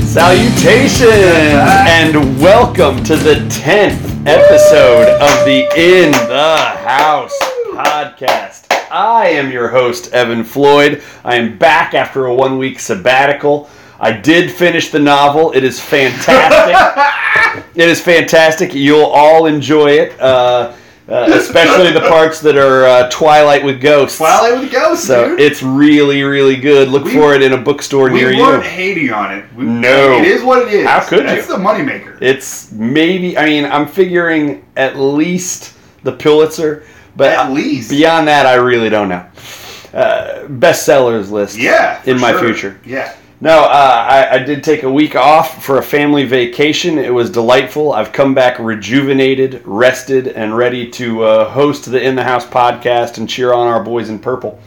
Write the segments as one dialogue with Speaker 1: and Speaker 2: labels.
Speaker 1: Salutations and welcome to the 10th episode of the In the House podcast. I am your host, Evan Floyd. I am back after a one week sabbatical. I did finish the novel, it is fantastic. it is fantastic. You'll all enjoy it, uh, uh, especially the parts that are uh, Twilight with Ghosts.
Speaker 2: Twilight with Ghosts,
Speaker 1: So
Speaker 2: dude.
Speaker 1: it's really, really good. Look
Speaker 2: We-
Speaker 1: for it in a bookstore
Speaker 2: we
Speaker 1: near you.
Speaker 2: weren't hating on it. We,
Speaker 1: No.
Speaker 2: It is what it is.
Speaker 1: How could
Speaker 2: That's
Speaker 1: you?
Speaker 2: the moneymaker.
Speaker 1: It's maybe. I mean, I'm figuring at least the Pulitzer, but
Speaker 2: At least.
Speaker 1: beyond that, I really don't know. Uh, bestsellers list.
Speaker 2: Yeah. for
Speaker 1: in my
Speaker 2: sure.
Speaker 1: future.
Speaker 2: Yeah.
Speaker 1: No, uh, I, I did take a week off for a family vacation. It was delightful. I've come back rejuvenated, rested, and ready to uh, host the In the House podcast and cheer on our boys in purple.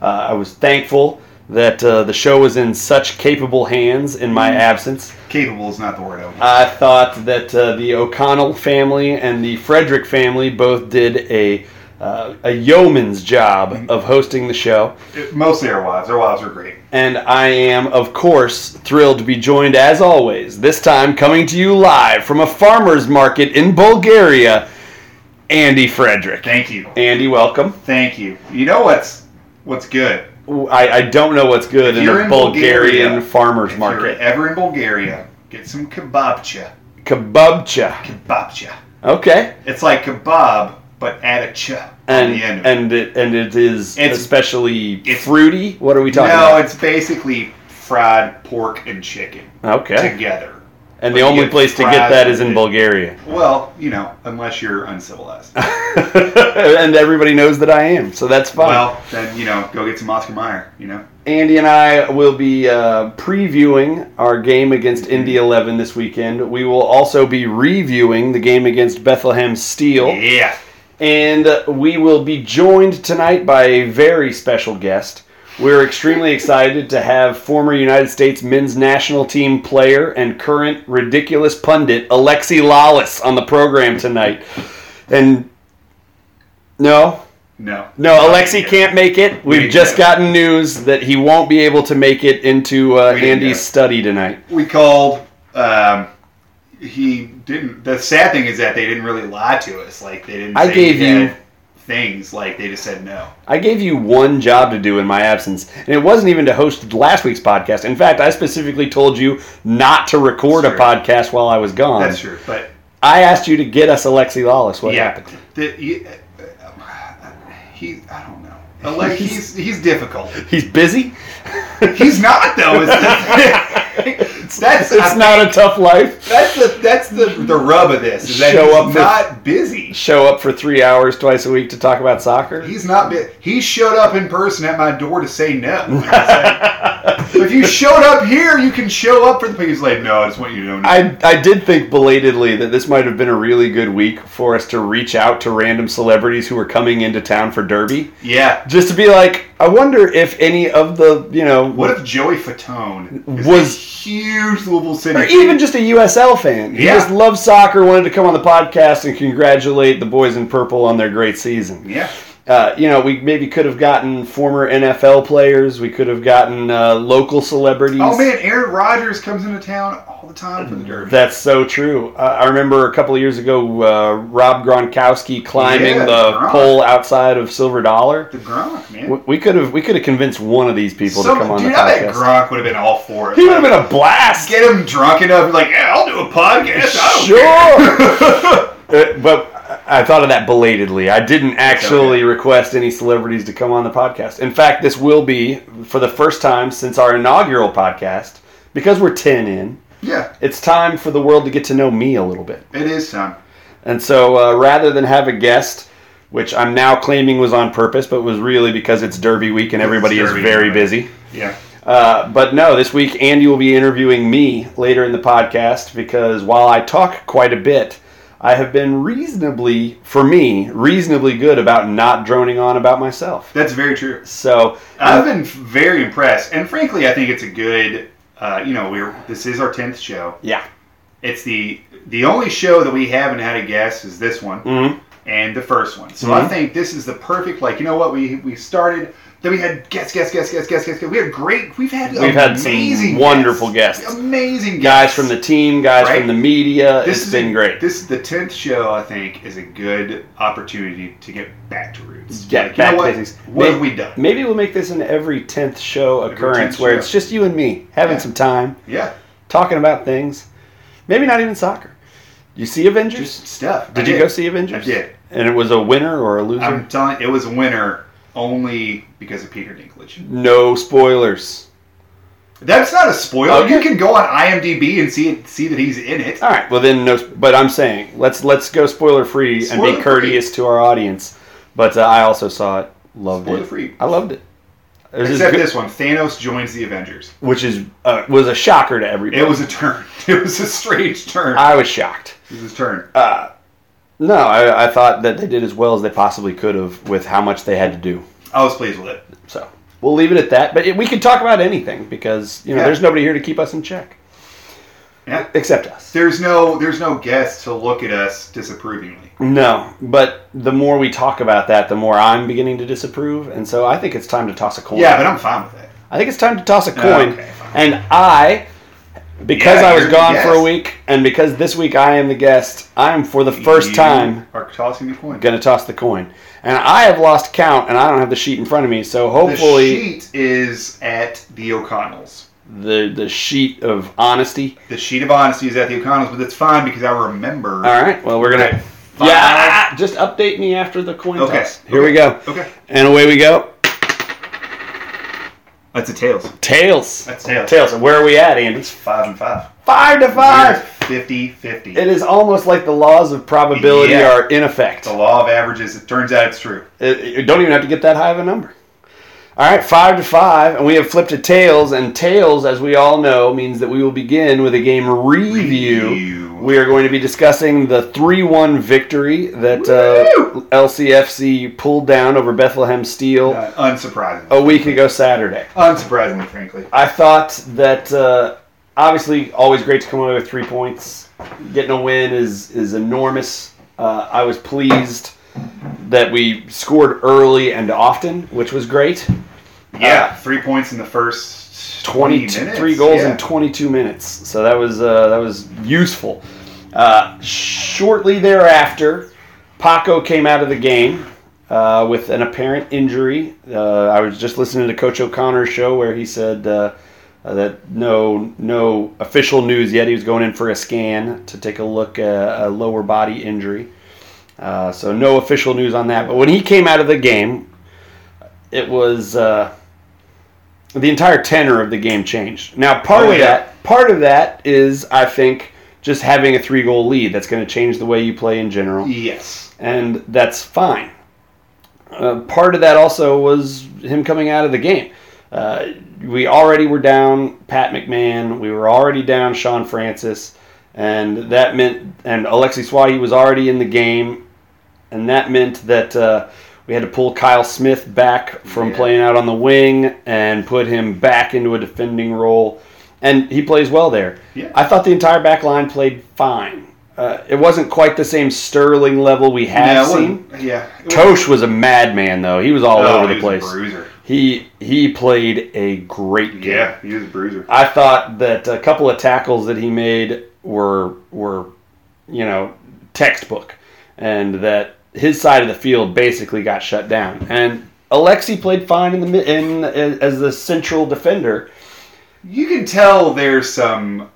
Speaker 1: Uh, I was thankful that uh, the show was in such capable hands in
Speaker 2: Mm.
Speaker 1: my absence.
Speaker 2: Capable is not the word I would
Speaker 1: I thought that uh, the O'Connell family and the Frederick family both did a uh, a yeoman's
Speaker 2: Mm-hmm.
Speaker 1: job of hosting the show,
Speaker 2: use. Mostly our wives. Our wives are great.
Speaker 1: and I am, of course, thrilled to be joined as always. This time, coming to you live from a farmer's market in Bulgaria, Andy Frederick.
Speaker 2: Thank you.
Speaker 1: Andy, welcome.
Speaker 2: Thank you. You know what's what's good?
Speaker 1: I, I don't know what's good in
Speaker 2: You're
Speaker 1: a
Speaker 2: in
Speaker 1: Bulgarian
Speaker 2: Bulgaria.
Speaker 1: farmer's
Speaker 2: If you're
Speaker 1: market.
Speaker 2: ever in Bulgaria, get some kebabcha.
Speaker 1: Kebabcha.
Speaker 2: Kebabcha.
Speaker 1: Okay.
Speaker 2: It's like kebab, but add a cha
Speaker 1: and
Speaker 2: on the end of it.
Speaker 1: and it, and it is
Speaker 2: It's-
Speaker 1: especially
Speaker 2: it's-
Speaker 1: fruity. What are we
Speaker 2: No,
Speaker 1: talking about?
Speaker 2: it's basically fried pork and chicken
Speaker 1: Okay,
Speaker 2: together.
Speaker 1: and the
Speaker 2: you
Speaker 1: only
Speaker 2: get
Speaker 1: place to get
Speaker 2: fries
Speaker 1: that is in
Speaker 2: with it.
Speaker 1: Bulgaria,
Speaker 2: Well, you know, unless you're uncivilized.
Speaker 1: and everybody knows that I am, so that's fine.
Speaker 2: Well, then you know, go get some Oscar Mayer. You know,
Speaker 1: Andy and I will be uh, previewing our game against Indy Eleven this weekend. We will also be reviewing the game against Bethlehem Steel.
Speaker 2: yeah,
Speaker 1: And uh, we will be joined tonight by a very special guest. We're extremely excited to have former United States men's national team player and current ridiculous pundit Alexi Lawless on the program tonight. And no,
Speaker 2: no,
Speaker 1: no, Alexi can't make it. We've
Speaker 2: didn't
Speaker 1: just
Speaker 2: know.
Speaker 1: gotten news that he won't be able to make it into uh,
Speaker 2: We didn't know.
Speaker 1: Andy's study tonight.
Speaker 2: We called. Um, he didn't. The sad thing is that they didn't really lie to us. Like they didn't.
Speaker 1: I
Speaker 2: say
Speaker 1: gave
Speaker 2: he
Speaker 1: you-
Speaker 2: had things. Like they just said no.
Speaker 1: I gave you one job to do in my absence, and it wasn't even to host last week's podcast. In fact, I specifically told you not to record a
Speaker 2: That's true.
Speaker 1: podcast while I was gone.
Speaker 2: That's true. But
Speaker 1: I asked you to get us Alexi Lawless. Um, What
Speaker 2: yeah,
Speaker 1: happened?
Speaker 2: the, you, uh, he. I don't know. Like he's he's difficult.
Speaker 1: He's busy.
Speaker 2: He's not though. It's, that's
Speaker 1: It's not a tough life.
Speaker 2: that's the that's the the rub of this. Is that
Speaker 1: Show
Speaker 2: he's
Speaker 1: up for-
Speaker 2: not busy.
Speaker 1: Show up for three hours twice a week to talk about soccer.
Speaker 2: He's not been. He showed up in person at my door to say no. And I said, if you showed up here, you can show up for the. but He's like, no, I just want you to know.
Speaker 1: I, I did think belatedly that this might have been a really good week for us to reach out to random celebrities who were coming into town for Derby.
Speaker 2: yeah.
Speaker 1: Just to be like, I wonder if any of the, you know,
Speaker 2: What if Joey Fatone is
Speaker 1: Was-
Speaker 2: a huge Louisville City?
Speaker 1: or even just a USL fan. He
Speaker 2: Yeah.
Speaker 1: just loves soccer, wanted to come on the podcast and congratulate the boys in purple on their great season.
Speaker 2: yeah,
Speaker 1: Uh, you know, we maybe could have gotten former NFL players. We could have gotten uh, local celebrities.
Speaker 2: oh man, Aaron Rodgers comes into town all the time for the derby.
Speaker 1: That's so true. Uh, I remember a couple of years ago, uh, Rob Gronkowski climbing
Speaker 2: Yeah,
Speaker 1: the
Speaker 2: Gronk.
Speaker 1: pole outside of Silver Dollar.
Speaker 2: the Gronk man.
Speaker 1: We- We could have we could have convinced one of these people
Speaker 2: Some-
Speaker 1: to come on
Speaker 2: dude,
Speaker 1: the
Speaker 2: I bet
Speaker 1: podcast.
Speaker 2: Gronk would have been all for it.
Speaker 1: He would have been a blast.
Speaker 2: get him drunk enough, like, yeah, I'll do a podcast. I don't
Speaker 1: Sure. Uh, but I thought of that belatedly. I didn't actually
Speaker 2: okay.
Speaker 1: request any celebrities to come on the podcast. In fact, this will be for the first time since our inaugural podcast because we're 10 in.
Speaker 2: care."
Speaker 1: It's time for the world to get to know me a little bit.
Speaker 2: Yeah, it is time.
Speaker 1: And so uh, rather than have a guest, which I'm now claiming was on purpose, but was really because it's Derby week and everybody is
Speaker 2: Derby
Speaker 1: very
Speaker 2: week.
Speaker 1: busy.
Speaker 2: Yeah.
Speaker 1: Uh, but no, this week Andy will be interviewing me later in the podcast because while I talk quite a bit, I have been reasonably, for me, reasonably good about not droning on about myself.
Speaker 2: That's very true.
Speaker 1: So, uh,
Speaker 2: I've been very impressed, and frankly, I think it's a good. Uh, you know, we're this is our tenth show.
Speaker 1: yeah.
Speaker 2: It's the the only show that we haven't had a guest is this one
Speaker 1: Mhm. Mm-hmm.
Speaker 2: and the first one. So I think this is the perfect. Like, you know what we we started. Then we had guests, guests, guests, guests, guests, guests. guests. We had great. We've had
Speaker 1: We've had some
Speaker 2: amazing
Speaker 1: wonderful guests.
Speaker 2: amazing
Speaker 1: Guys
Speaker 2: guests
Speaker 1: from the team, guys
Speaker 2: Right.
Speaker 1: from the media.
Speaker 2: This
Speaker 1: it's
Speaker 2: is
Speaker 1: been
Speaker 2: a-
Speaker 1: great.
Speaker 2: This is the tenth show. I think is a good opportunity to get back to roots.
Speaker 1: Get
Speaker 2: you know
Speaker 1: back to
Speaker 2: what?
Speaker 1: basics.
Speaker 2: What
Speaker 1: May-
Speaker 2: have we done?
Speaker 1: Maybe we'll make this an every 10th show
Speaker 2: Every
Speaker 1: occurrence
Speaker 2: 10th
Speaker 1: where
Speaker 2: show.
Speaker 1: it's just you and me having
Speaker 2: Yeah.
Speaker 1: some time,
Speaker 2: Yeah,
Speaker 1: talking about things. Maybe not even soccer. You see Avengers?
Speaker 2: just stuff.
Speaker 1: did,
Speaker 2: I
Speaker 1: you go see Avengers?
Speaker 2: I did. Um,
Speaker 1: And it was a winner or a loser?
Speaker 2: I'm telling. It was a winner only because of Peter Dinklage.
Speaker 1: no spoilers.
Speaker 2: That's not a spoiler. You
Speaker 1: Okay.
Speaker 2: can go on IMDb and see it, see that he's in it.
Speaker 1: All right. Well, then no. But I'm saying let's let's go spoiler free and be
Speaker 2: Spoiler-free.
Speaker 1: courteous to our audience. But uh, I also saw it. Loved it.
Speaker 2: Spoiler-free.
Speaker 1: I loved it. It was as
Speaker 2: Except
Speaker 1: good-
Speaker 2: this one, Thanos joins the Avengers.
Speaker 1: which is uh, was a shocker to everybody.
Speaker 2: It was a turn. It was a strange turn.
Speaker 1: I was shocked. Uh,
Speaker 2: it was a turn.
Speaker 1: No, I, I thought that they did as well as they possibly could have with how much they had to do.
Speaker 2: I was pleased with it.
Speaker 1: So we'll leave it at that. But it, we can talk about anything because you know
Speaker 2: Yeah.
Speaker 1: there's nobody here to keep us in check
Speaker 2: Yeah.
Speaker 1: except us.
Speaker 2: There's no there's no guest to look at us disapprovingly.
Speaker 1: No, but the more we talk about that, the more I'm beginning to disapprove, and so I think it's time to toss a coin.
Speaker 2: Yeah, but I'm fine with it.
Speaker 1: I think it's time to toss a coin.
Speaker 2: okay, fine.
Speaker 1: and I, because
Speaker 2: Yeah,
Speaker 1: I was
Speaker 2: you're the
Speaker 1: gone for a
Speaker 2: guest.
Speaker 1: week, and because this week I am the guest, I'm for the first
Speaker 2: You
Speaker 1: time
Speaker 2: are tossing the coin.
Speaker 1: going to toss the coin. And I have lost count, and I don't have the sheet in front of me, so
Speaker 2: the
Speaker 1: hopefully
Speaker 2: sheet is at the O'Connells.
Speaker 1: the, the sheet of honesty.
Speaker 2: The sheet of honesty is at the O'Connells, but that's fine because I remember.
Speaker 1: All right, well, we're going
Speaker 2: Okay,
Speaker 1: to.
Speaker 2: fine.
Speaker 1: Yeah, just update me after the coin
Speaker 2: Okay,
Speaker 1: toss. Here
Speaker 2: okay,
Speaker 1: we go.
Speaker 2: okay.
Speaker 1: And away we go.
Speaker 2: That's a tails.
Speaker 1: Tails.
Speaker 2: That's tails.
Speaker 1: Tails. And where are we at, Andy?
Speaker 2: It's five and five.
Speaker 1: Five to five.
Speaker 2: 50 50.
Speaker 1: It is almost like the laws of probability
Speaker 2: Yeah. Oh.
Speaker 1: are in effect.
Speaker 2: The law of averages, it turns out it's true.
Speaker 1: It, you don't even have to get that high of a number. All right, five to five, and we have flipped to tails. And tails, as we all know, means that we will begin with a game review.
Speaker 2: Review.
Speaker 1: We are going to be discussing the three-one victory that uh, LCFC pulled down over Bethlehem Steel
Speaker 2: Uh, unsurprisingly.
Speaker 1: a week ago Saturday.
Speaker 2: Unsurprisingly, frankly.
Speaker 1: I thought that uh, obviously always great to come away with three points. Getting a win is is enormous. Uh, I was pleased that we scored early and often, which was great.
Speaker 2: Yeah, three points in the first 20
Speaker 1: 22
Speaker 2: minutes.
Speaker 1: Uh, three goals
Speaker 2: yeah.
Speaker 1: in 22 minutes. So that was uh, that was useful. Uh, shortly thereafter, Paco came out of the game uh, with an apparent injury. Uh, I was just listening to Coach O'Connor's show where he said uh, uh, that no no official news yet. He was going in for a scan to take a look at a lower body injury. Uh, so no official news on that. But when he came out of the game, it was. Uh, the entire tenor of the game changed. Now, part
Speaker 2: Oh,
Speaker 1: of
Speaker 2: yeah.
Speaker 1: that, part of that is, I think, just having a three-goal lead. That's going to change the way you play in general,
Speaker 2: Yes.
Speaker 1: and that's fine. Uh, part of that also was him coming out of the game. Uh, we already were down Pat McMahon. We were already down Sean Francis, and that meant and Alexi Swahi was already in the game, and that meant that uh, we had to pull Kyle Smith back from
Speaker 2: Yeah.
Speaker 1: playing out on the wing and put him back into a defending role, and he plays well there.
Speaker 2: Yeah.
Speaker 1: I thought the entire back line played fine. Uh, it wasn't quite the same Sterling level we
Speaker 2: yeah,
Speaker 1: have
Speaker 2: it
Speaker 1: seen.
Speaker 2: wasn't- yeah. it wasn't-
Speaker 1: Tosh was a madman though. He was all
Speaker 2: Oh,
Speaker 1: over the
Speaker 2: he was a
Speaker 1: place.
Speaker 2: bruiser.
Speaker 1: He he played a great game.
Speaker 2: Yeah, he was a bruiser.
Speaker 1: I thought that a couple of tackles that he made were were you know textbook, and that his side of the field basically got shut down. And Alexi played fine in the mi- in as the central defender.
Speaker 2: You can tell there's some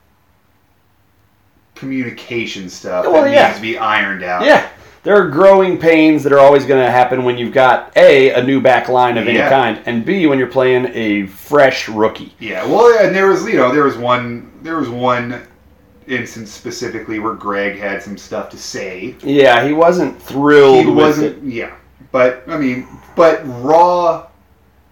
Speaker 2: communication stuff
Speaker 1: Well,
Speaker 2: that
Speaker 1: yeah.
Speaker 2: needs to be ironed out.
Speaker 1: Yeah. There are growing pains that are always going to happen when you've got A, a new back line of any
Speaker 2: Yeah.
Speaker 1: kind, and B, when you're playing a fresh rookie.
Speaker 2: Yeah, well, and there was you know there was one there was one instance specifically where Greg had some stuff to say.
Speaker 1: Yeah, he wasn't thrilled.
Speaker 2: He
Speaker 1: with
Speaker 2: wasn't, yeah, but I mean, but raw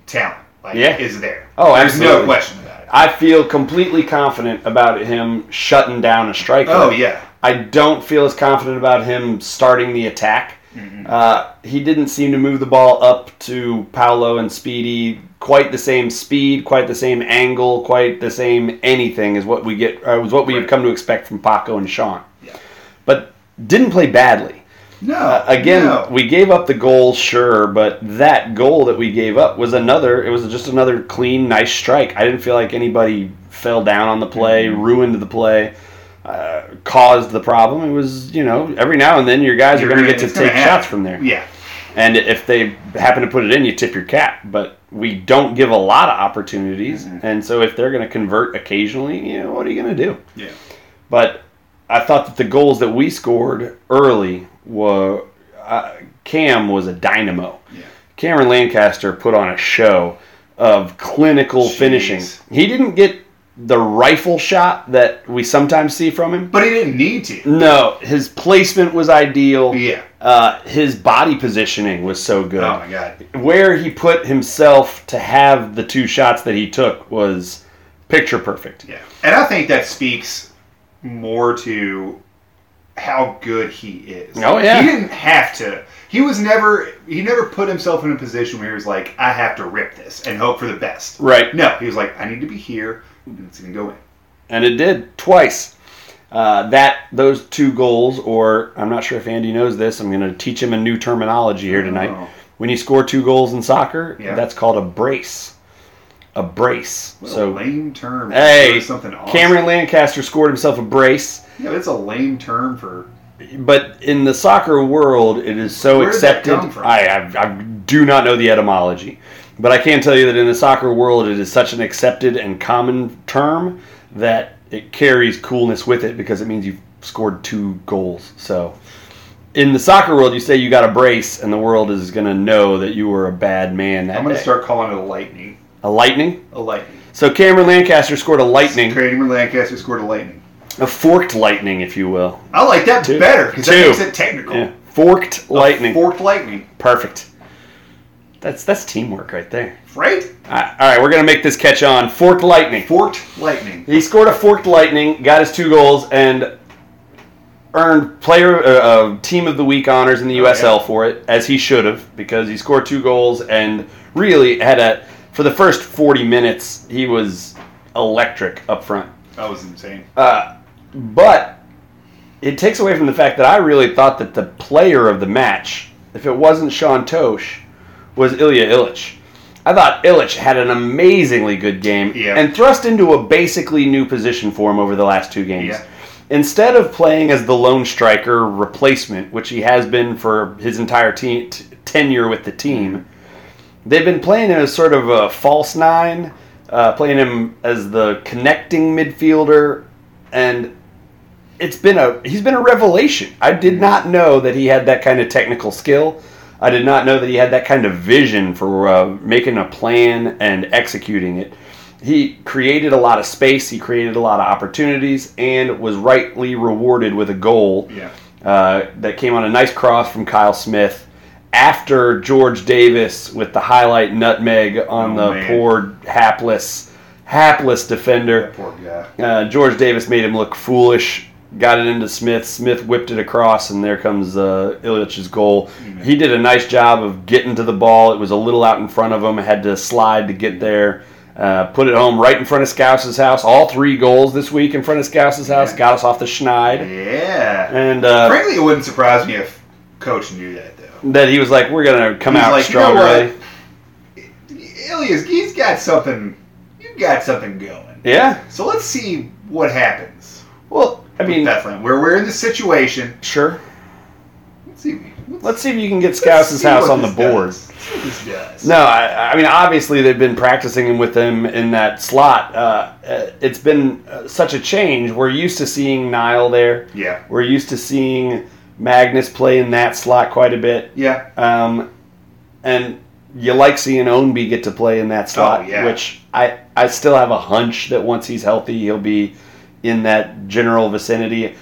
Speaker 2: talent like
Speaker 1: Yeah.
Speaker 2: is there.
Speaker 1: Oh,
Speaker 2: there's
Speaker 1: absolutely.
Speaker 2: no question about it.
Speaker 1: I feel completely confident about him shutting down a striker.
Speaker 2: Oh yeah,
Speaker 1: I don't feel as confident about him starting the attack. Uh, he didn't seem to move the ball up to Paolo and Speedy quite the same speed, quite the same angle, quite the same anything is what we get uh, is what we've
Speaker 2: Right.
Speaker 1: come to expect from Paco and Sean.
Speaker 2: yeah.
Speaker 1: But didn't play badly.
Speaker 2: No.
Speaker 1: Uh, again,
Speaker 2: no.
Speaker 1: we gave up the goal, sure, but that goal that we gave up was another. It was just another clean, nice strike. I didn't feel like anybody fell down on the play,
Speaker 2: Mm-hmm.
Speaker 1: ruined the play, uh, caused the problem. It was, you know, every now and then your guys
Speaker 2: You're
Speaker 1: are going
Speaker 2: gonna-
Speaker 1: to get to
Speaker 2: it's gonna
Speaker 1: take
Speaker 2: happen.
Speaker 1: shots from there.
Speaker 2: yeah.
Speaker 1: And if they happen to put it in, you tip your cap. But we don't give a lot of opportunities.
Speaker 2: Mm-hmm.
Speaker 1: And so if they're going to convert occasionally, you know, what are you going to do?
Speaker 2: Yeah.
Speaker 1: But I thought that the goals that we scored early were uh, Cam was a dynamo.
Speaker 2: Yeah.
Speaker 1: Cameron Lancaster put on a show of clinical
Speaker 2: Jeez.
Speaker 1: finishing. He didn't get the rifle shot that we sometimes see from him.
Speaker 2: But he didn't need to.
Speaker 1: No, his placement was ideal.
Speaker 2: Yeah.
Speaker 1: Uh, his body positioning was so good.
Speaker 2: Oh my god.
Speaker 1: Where he put himself to have the two shots that he took was picture perfect.
Speaker 2: Yeah. And I think that speaks more to how good he is.
Speaker 1: Oh, yeah.
Speaker 2: He didn't have to. He was never he never put himself in a position where he was like, I have to rip this and hope for the best.
Speaker 1: Right.
Speaker 2: No, he was like, I need to be here and it's gonna go in.
Speaker 1: and it did twice. Uh, that those two goals, or I'm not sure if Andy knows this. I'm going to teach him a new terminology here tonight.
Speaker 2: Oh.
Speaker 1: When you score two goals in soccer,
Speaker 2: Yeah.
Speaker 1: that's called a brace. A brace.
Speaker 2: What a
Speaker 1: so
Speaker 2: lame term.
Speaker 1: hey,
Speaker 2: for something awesome.
Speaker 1: Cameron Lancaster scored himself a brace,
Speaker 2: Yeah, it's a lame term for
Speaker 1: but in the soccer world, it is so
Speaker 2: Where did that
Speaker 1: accepted.
Speaker 2: come from?
Speaker 1: I, I I do not know the etymology, but I can tell you that in the soccer world, it is such an accepted and common term that it carries coolness with it because it means you've scored two goals. So, in the soccer world, you say you got a brace, and the world is going to know that you were a bad man that
Speaker 2: I'm gonna
Speaker 1: day.
Speaker 2: start calling it a lightning.
Speaker 1: a lightning.
Speaker 2: A lightning.
Speaker 1: So Cameron Lancaster scored a lightning,
Speaker 2: Kramer Lancaster scored a lightning.
Speaker 1: a forked lightning, if you will.
Speaker 2: I like that
Speaker 1: Two.
Speaker 2: better because that
Speaker 1: Two.
Speaker 2: makes it technical.
Speaker 1: Yeah, forked lightning.
Speaker 2: Forked lightning,
Speaker 1: Perfect. That's that's teamwork right there.
Speaker 2: right?
Speaker 1: Ah, All right, we're gonna make this catch on forked lightning.
Speaker 2: Forked lightning.
Speaker 1: He scored a forked lightning, got his two goals, and earned player uh, uh, team of the week honors in the
Speaker 2: Oh, yeah.
Speaker 1: USL for it, as he should have, because he scored two goals and really had a for the first forty minutes he was electric up front.
Speaker 2: That was insane.
Speaker 1: Uh, but it takes away from the fact that I really thought that the player of the match, if it wasn't Sean Tosh, was Ilya Illich. I thought Illich had an amazingly good game
Speaker 2: Yeah.
Speaker 1: and thrust into a basically new position for him over the last two games.
Speaker 2: Yeah.
Speaker 1: Instead of playing as the lone striker replacement, which he has been for his entire te- t- tenure with the team, they've been playing him as sort of a false nine, uh, playing him as the connecting midfielder, and it's been a he's been a revelation. I
Speaker 2: Mm-hmm.
Speaker 1: did not know that he had that kind of technical skill. I did not know that he had that kind of vision for uh, making a plan and executing it. He created a lot of space. He created a lot of opportunities, and was rightly rewarded with a goal
Speaker 2: Yeah.
Speaker 1: uh, that came on a nice cross from Kyle Smith after George Davis with the highlight nutmeg on
Speaker 2: Oh,
Speaker 1: the
Speaker 2: man.
Speaker 1: poor hapless hapless defender.
Speaker 2: That poor guy.
Speaker 1: Uh, George Davis made him look foolish. Got it into Smith. Smith whipped it across, and there comes uh, Ilyich's goal. He did a nice job of getting to the ball. It was a little out in front of him. Had to slide to get there. Uh, put it home right in front of Scouse's house. All three goals this week in front of Scouse's house
Speaker 2: Yeah.
Speaker 1: got us off the schneid.
Speaker 2: Yeah.
Speaker 1: And uh,
Speaker 2: Frankly, it wouldn't surprise me if Coach knew that though.
Speaker 1: that he was like, "We're gonna come
Speaker 2: He's
Speaker 1: out
Speaker 2: like,
Speaker 1: strong
Speaker 2: you know
Speaker 1: early."
Speaker 2: what? Ilya's he's got something. You've got something going.
Speaker 1: Yeah.
Speaker 2: So let's see what happens.
Speaker 1: Well, I
Speaker 2: with
Speaker 1: mean,
Speaker 2: Bethlehem, where we're in the situation.
Speaker 1: sure.
Speaker 2: Let's see.
Speaker 1: Let's see if you can get
Speaker 2: let's
Speaker 1: Scouse's
Speaker 2: see
Speaker 1: house
Speaker 2: what
Speaker 1: on the
Speaker 2: this
Speaker 1: board.
Speaker 2: does. Let's see what this does.
Speaker 1: No, I, I mean obviously they've been practicing him with him in that slot. Uh, uh, it's been uh, such a change. We're used to seeing Nile there.
Speaker 2: Yeah.
Speaker 1: We're used to seeing Magnus play in that slot quite a bit,
Speaker 2: Yeah.
Speaker 1: um, and you like seeing Ownby get to play in that slot,
Speaker 2: Oh, yeah.
Speaker 1: which I I still have a hunch that once he's healthy he'll be in that general vicinity.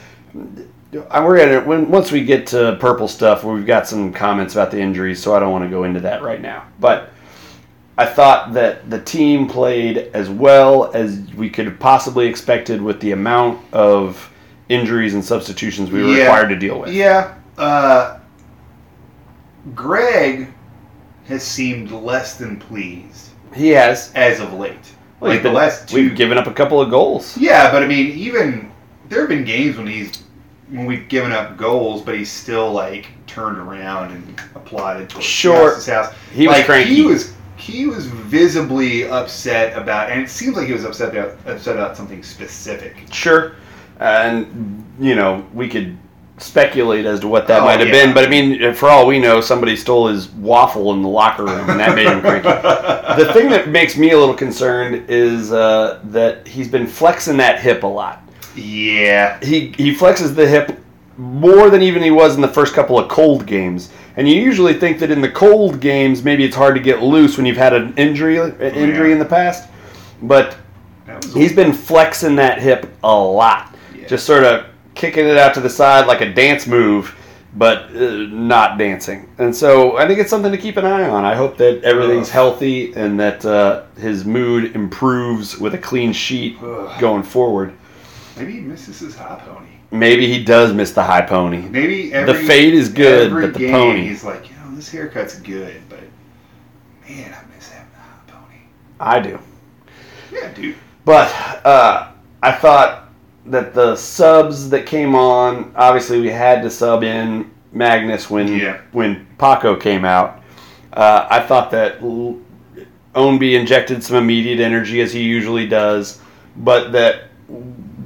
Speaker 1: I- We're gonna when once we get to purple stuff, we've got some comments about the injuries, so I don't want to go into that right now. But I thought that the team played as well as we could have possibly expected with the amount of injuries and substitutions we were
Speaker 2: Yeah.
Speaker 1: required to deal with.
Speaker 2: Yeah. Uh, Greg has seemed less than pleased
Speaker 1: He has.
Speaker 2: as of late.
Speaker 1: Well,
Speaker 2: like
Speaker 1: he's
Speaker 2: the
Speaker 1: been-
Speaker 2: last two
Speaker 1: We've given up a couple of goals.
Speaker 2: Yeah, but I mean, even there have been games when he's when we'd given up goals, but he still like turned around and applauded to
Speaker 1: Sure.
Speaker 2: his house.
Speaker 1: He was
Speaker 2: Like,
Speaker 1: cranky.
Speaker 2: He was he was visibly upset about, and it seems like he was upset about upset about something specific.
Speaker 1: Sure. And, you know, we could speculate as to what that
Speaker 2: Oh,
Speaker 1: might have
Speaker 2: yeah.
Speaker 1: been, but I mean, for all we know, somebody stole his waffle in the locker room and that made him cranky. The thing that makes me a little concerned is uh, that he's been flexing that hip a lot.
Speaker 2: yeah,
Speaker 1: He, he flexes the hip more than even he was in the first couple of cold games. And you usually think that in the cold games, maybe it's hard to get loose when you've had an injury, an injury
Speaker 2: Oh, Yeah.
Speaker 1: in the past. But
Speaker 2: that was
Speaker 1: He's been flexing that hip a lot,
Speaker 2: Yeah.
Speaker 1: just sort of kicking it out to the side like a dance move, but uh, not dancing. And so I think it's something to keep an eye on. I hope that everything's
Speaker 2: Ugh.
Speaker 1: healthy and that uh, his mood improves with a clean sheet
Speaker 2: Ugh.
Speaker 1: going forward.
Speaker 2: maybe he misses his high pony.
Speaker 1: Maybe he does miss the high pony.
Speaker 2: Maybe every,
Speaker 1: The fade is good,
Speaker 2: every
Speaker 1: but the
Speaker 2: game,
Speaker 1: pony-
Speaker 2: He's like, you know, this haircut's good, but man, I miss having a hot pony.
Speaker 1: I do.
Speaker 2: Yeah, dude.
Speaker 1: But uh, I thought that the subs that came on, obviously we had to sub in Magnus when
Speaker 2: Yeah.
Speaker 1: when Paco came out. Uh, I thought that L- Ownby injected some immediate energy as he usually does, but that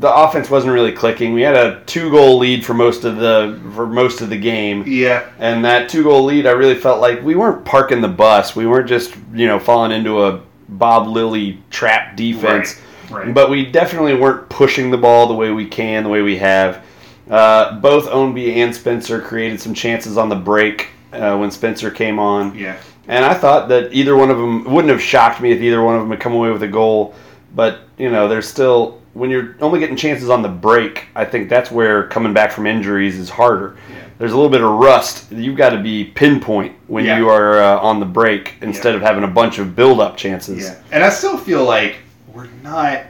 Speaker 1: the offense wasn't really clicking. We had a two goal lead for most of the for most of the game.
Speaker 2: Yeah,
Speaker 1: And that two goal lead, I really felt like we weren't parking the bus. We weren't just, you know, falling into a Bob Lilly trap defense.
Speaker 2: Right, right.
Speaker 1: But we definitely weren't pushing the ball the way we can, the way we have. Uh, both Ownby and Spencer created some chances on the break uh, when Spencer came on.
Speaker 2: yeah.
Speaker 1: And I thought that either one of them it wouldn't have shocked me if either one of them had come away with a goal. But you know, there's still when you're only getting chances on the break. I think that's where coming back from injuries is harder.
Speaker 2: Yeah.
Speaker 1: There's a little bit of rust. You've got to be pinpoint when
Speaker 2: Yeah.
Speaker 1: you are uh, on the break instead of having a bunch of build-up chances.
Speaker 2: Yeah, and I still feel like we're not.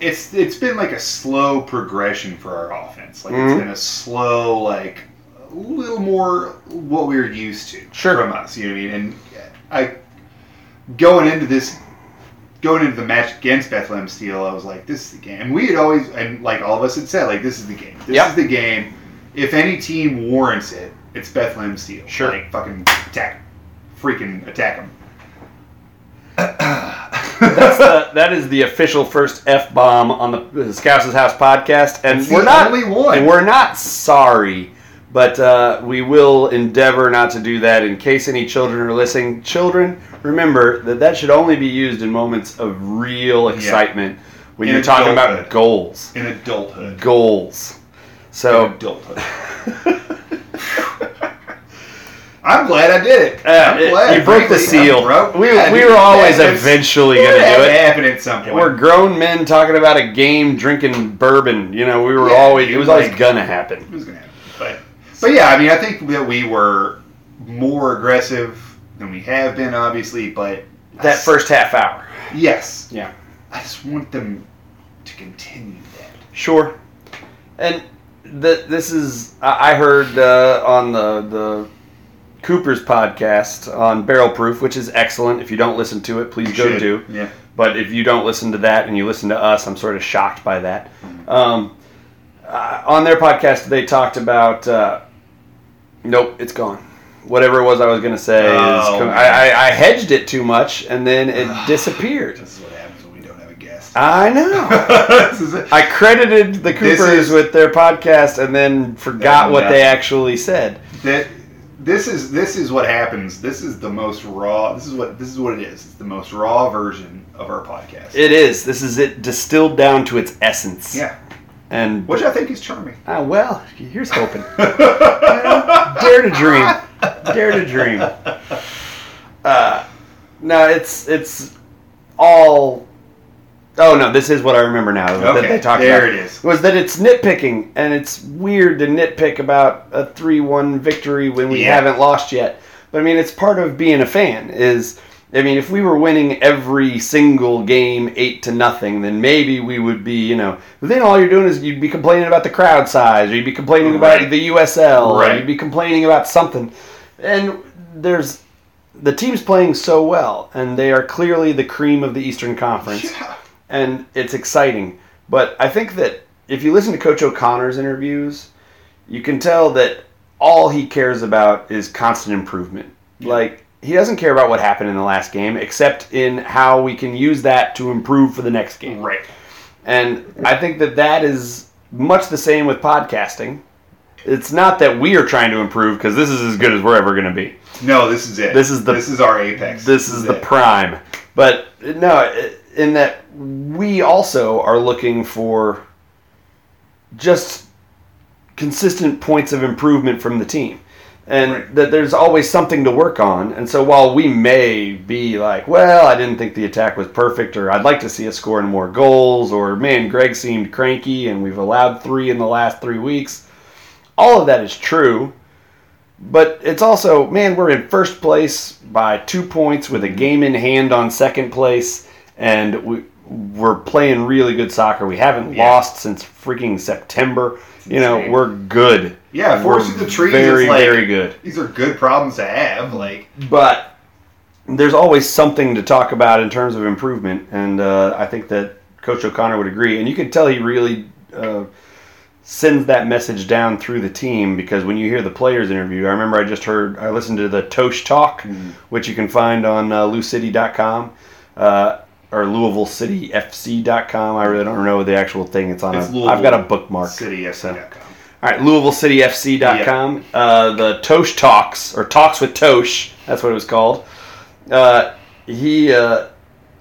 Speaker 2: It's it's been like a slow progression for our offense. Like
Speaker 1: Mhm.
Speaker 2: it's been a slow, like a little more what we we're used to
Speaker 1: Sure.
Speaker 2: from us. You know what I mean? And I going into this, going into the match against Bethlehem Steel, I was like, this is the game. And we had always, and like all of us had said, like this is the game. This
Speaker 1: Yep.
Speaker 2: is the game. If any team warrants it, it's Bethlehem Steel.
Speaker 1: Sure.
Speaker 2: Like fucking attack, freaking attack them.
Speaker 1: That's the, that is the official first f bomb on the Scouse's House podcast, and
Speaker 2: It's the
Speaker 1: we're not
Speaker 2: only one.
Speaker 1: and we're not sorry, but uh, we will endeavor not to do that. In case any children are listening, children, remember that that should only be used in moments of real excitement when
Speaker 2: In
Speaker 1: you're talking about
Speaker 2: adulthood.
Speaker 1: goals,
Speaker 2: in adulthood.
Speaker 1: goals.
Speaker 2: In
Speaker 1: So
Speaker 2: adulthood. I'm glad I did it.
Speaker 1: uh,
Speaker 2: I'm
Speaker 1: it-
Speaker 2: glad.
Speaker 1: you broke the
Speaker 2: Frankly,
Speaker 1: seal.
Speaker 2: I broke-
Speaker 1: We,
Speaker 2: I
Speaker 1: we
Speaker 2: did
Speaker 1: were
Speaker 2: that.
Speaker 1: always
Speaker 2: That's-
Speaker 1: eventually
Speaker 2: it
Speaker 1: going to
Speaker 2: had
Speaker 1: do it.
Speaker 2: happen at some point.
Speaker 1: We're grown men talking about a game, drinking bourbon. You know, we were
Speaker 2: Yeah,
Speaker 1: always it
Speaker 2: dude,
Speaker 1: was always
Speaker 2: like-
Speaker 1: gonna happen.
Speaker 2: It was gonna happen. But but yeah, I mean, I think that we were more aggressive than we have been, obviously. But I
Speaker 1: that
Speaker 2: s-
Speaker 1: first half hour.
Speaker 2: yes,
Speaker 1: Yeah.
Speaker 2: I just want them to continue that.
Speaker 1: Sure. And th- this is I I heard uh, on the the Cooper's podcast on Barrel Proof, which is excellent. If you don't listen to it, please go
Speaker 2: Should.
Speaker 1: do.
Speaker 2: Yeah.
Speaker 1: But if you don't listen to that and you listen to us, I'm sort of shocked by that. Um, uh, on their podcast, they talked about. Uh, nope, it's gone. Whatever it was I was going to say, is
Speaker 2: Oh,
Speaker 1: com-
Speaker 2: man.
Speaker 1: I, I, I hedged it too much and then it disappeared.
Speaker 2: This is what happens when we don't have a guest.
Speaker 1: I know.
Speaker 2: This is it.
Speaker 1: I credited the
Speaker 2: This
Speaker 1: Coopers
Speaker 2: is-
Speaker 1: with their podcast and then forgot
Speaker 2: That
Speaker 1: what they
Speaker 2: nothing.
Speaker 1: actually said.
Speaker 2: that this is this is what happens. This is the most raw. This is what this is what it is. It's the most raw version of our podcast.
Speaker 1: It is. This is it distilled down to its essence.
Speaker 2: yeah,
Speaker 1: And
Speaker 2: which I think is charming.
Speaker 1: ah, well, here's hoping. Dare to dream. Dare to dream. Uh, no, it's it's all. Oh no, this is what I remember now. that
Speaker 2: Okay,
Speaker 1: they talked
Speaker 2: there
Speaker 1: about.
Speaker 2: it is.
Speaker 1: Was that it's nitpicking and it's weird to nitpick about a three-one victory when we
Speaker 2: Yeah.
Speaker 1: haven't lost yet. But I mean, it's part of being a fan. Is I mean, if we were winning every single game eight to nothing, then maybe we would be, you know. But then all you're doing is you'd be complaining about the crowd size, or you'd be complaining about
Speaker 2: Right.
Speaker 1: the USL, or
Speaker 2: Right.
Speaker 1: you'd be complaining about something. And there's the team's playing so well, and they are clearly the cream of the Eastern Conference,
Speaker 2: Yeah.
Speaker 1: and it's exciting. But I think that if you listen to Coach O'Connor's interviews, you can tell that all he cares about is constant improvement.
Speaker 2: Yeah.
Speaker 1: Like he doesn't care about what happened in the last game, except in how we can use that to improve for the next game.
Speaker 2: Right.
Speaker 1: And I think that that is much the same with podcasting. It's not that we are trying to improve because this is as good as we're ever going to be.
Speaker 2: No, this is it.
Speaker 1: This is the-
Speaker 2: this is our apex.
Speaker 1: This is the
Speaker 2: it.
Speaker 1: prime. But no, i- in that we also are looking for just consistent points of improvement from the team. And
Speaker 2: Right.
Speaker 1: that there's always something to work on. And so while we may be like, well, I didn't think the attack was perfect, or I'd like to see us scoring more goals, or man, Greg seemed cranky and we've allowed three in the last three weeks, all of that is true. But it's also, man, we're in first place by two points
Speaker 2: Mm-hmm.
Speaker 1: with a game in hand on second place, and we, we're playing really good soccer. We haven't
Speaker 2: Yeah.
Speaker 1: lost since freaking September. You know,
Speaker 2: insane.
Speaker 1: we're good.
Speaker 2: yeah.
Speaker 1: We're
Speaker 2: Force through the trees.
Speaker 1: Very,
Speaker 2: is like,
Speaker 1: very good.
Speaker 2: These are good problems to have. Like
Speaker 1: But there's always something to talk about in terms of improvement, and uh, I think that Coach O'Connor would agree. And you can tell he really uh, sends that message down through the team because when you hear the players interview, I remember I just heard, I listened to the Tosh Talk, which you can find on uh, LouCity.com. Uh, or LouisvilleCityFC.com. I really don't know the actual thing. It's on.
Speaker 2: It's
Speaker 1: a, I've got a
Speaker 2: Louisville
Speaker 1: bookmark.
Speaker 2: cityfc.com.
Speaker 1: All right, LouisvilleCityFC.com. Uh, the Tosh Talks, or Talks with Tosh, that's what it was called. Uh, he, uh,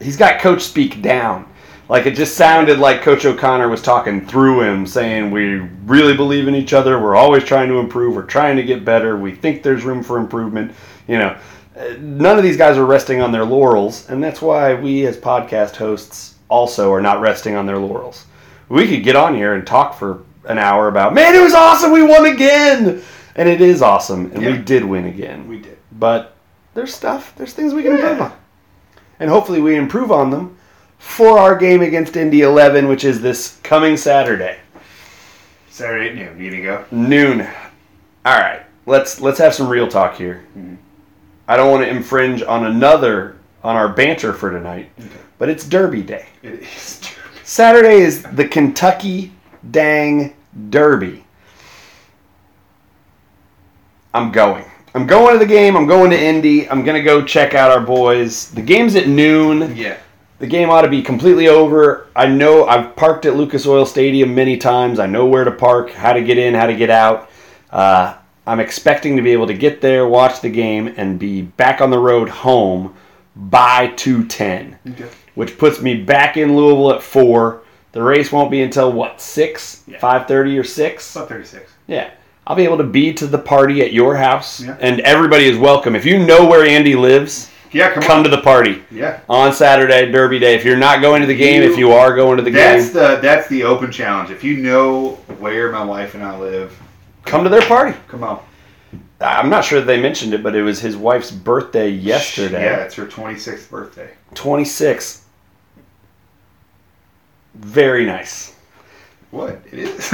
Speaker 1: he's got coach speak down. Like, it just sounded like Coach O'Connor was talking through him, saying, We really believe in each other. We're always trying to improve. We're trying to get better. We think there's room for improvement. You know, uh, none of these guys are resting on their laurels, and that's why we, as podcast hosts, also are not resting on their laurels we could get on here and talk for an hour about man it was awesome we won again and it is awesome and we
Speaker 2: Yeah.
Speaker 1: did win again
Speaker 2: We did.
Speaker 1: but there's stuff there's things we can
Speaker 2: Yeah.
Speaker 1: improve on and hopefully we improve on them for our game against indy 11 which is this coming saturday
Speaker 2: Saturday at noon. Need to go.
Speaker 1: noon all right let's let's have some real talk here i don't want to infringe on another on our banter for tonight but it's derby day
Speaker 2: It is true.
Speaker 1: Saturday is the Kentucky Dang Derby. I'm going. I'm going to the game. I'm going to Indy. I'm going to go check out our boys. The game's at noon.
Speaker 2: Yeah.
Speaker 1: The game ought to be completely over. I know I've parked at Lucas Oil Stadium many times. I know where to park, how to get in, how to get out. Uh, I'm expecting to be able to get there, watch the game, and be back on the road home by 210
Speaker 2: Okay.
Speaker 1: which puts me back in Louisville at four. The race won't be until what six,
Speaker 2: Yeah.
Speaker 1: five thirty or six.
Speaker 2: It's about 36.
Speaker 1: Yeah, I'll be able to be to the party at your house,
Speaker 2: Yeah.
Speaker 1: and everybody is welcome. If you know where Andy lives,
Speaker 2: Yeah, come,
Speaker 1: come
Speaker 2: on.
Speaker 1: to the party
Speaker 2: Yeah.
Speaker 1: on Saturday, Derby Day. If you're not going to the game,
Speaker 2: You-
Speaker 1: if you are going to the
Speaker 2: That's
Speaker 1: game,
Speaker 2: the that's the open challenge. If you know where my wife and I live,
Speaker 1: come to their party.
Speaker 2: come on.
Speaker 1: I'm not sure they mentioned it, but it was his wife's birthday yesterday.
Speaker 2: Yeah, it's her 26th birthday.
Speaker 1: 26. Very nice.
Speaker 2: What? It is.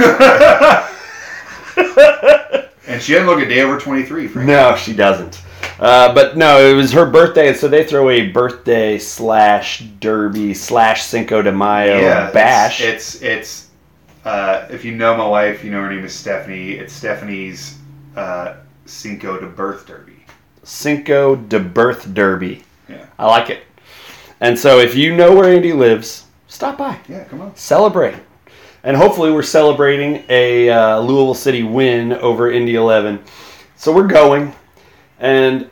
Speaker 2: and she doesn't look a day over 23, Frank.
Speaker 1: No, she doesn't. Uh, but no, it was her birthday, and so they throw a birthday slash derby slash Cinco de Mayo
Speaker 2: yeah,
Speaker 1: bash.
Speaker 2: It's it's, it's uh, if you know my wife, you know her name is Stephanie. It's Stephanie's uh, Cinco de Birth Derby.
Speaker 1: Cinco de Birth Derby.
Speaker 2: Yeah.
Speaker 1: I like it. And so if you know where Andy lives, stop by,
Speaker 2: Yeah, come on.
Speaker 1: celebrate. And hopefully, we're celebrating a uh, Louisville City win over Indy 11. So we're going, and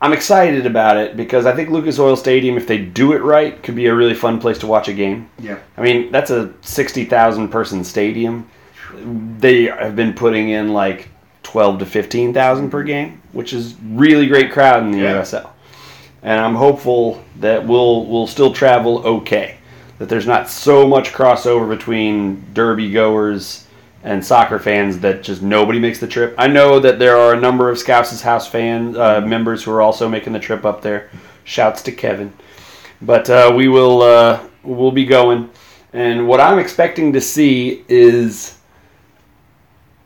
Speaker 1: I'm excited about it because I think Lucas Oil Stadium, if they do it right, could be a really fun place to watch a game.
Speaker 2: Yeah.
Speaker 1: I mean, that's a 60,000 person stadium. They have been putting in like 12 to 15,000 per game, which is really great crowd in the
Speaker 2: Yeah.
Speaker 1: USL. And I'm hopeful that we'll we'll still travel okay. That there's not so much crossover between derby goers and soccer fans that just nobody makes the trip. I know that there are a number of Scouts' House fan uh, members who are also making the trip up there. Shouts to Kevin but uh, we will uh, we'll be going. And what I'm expecting to see is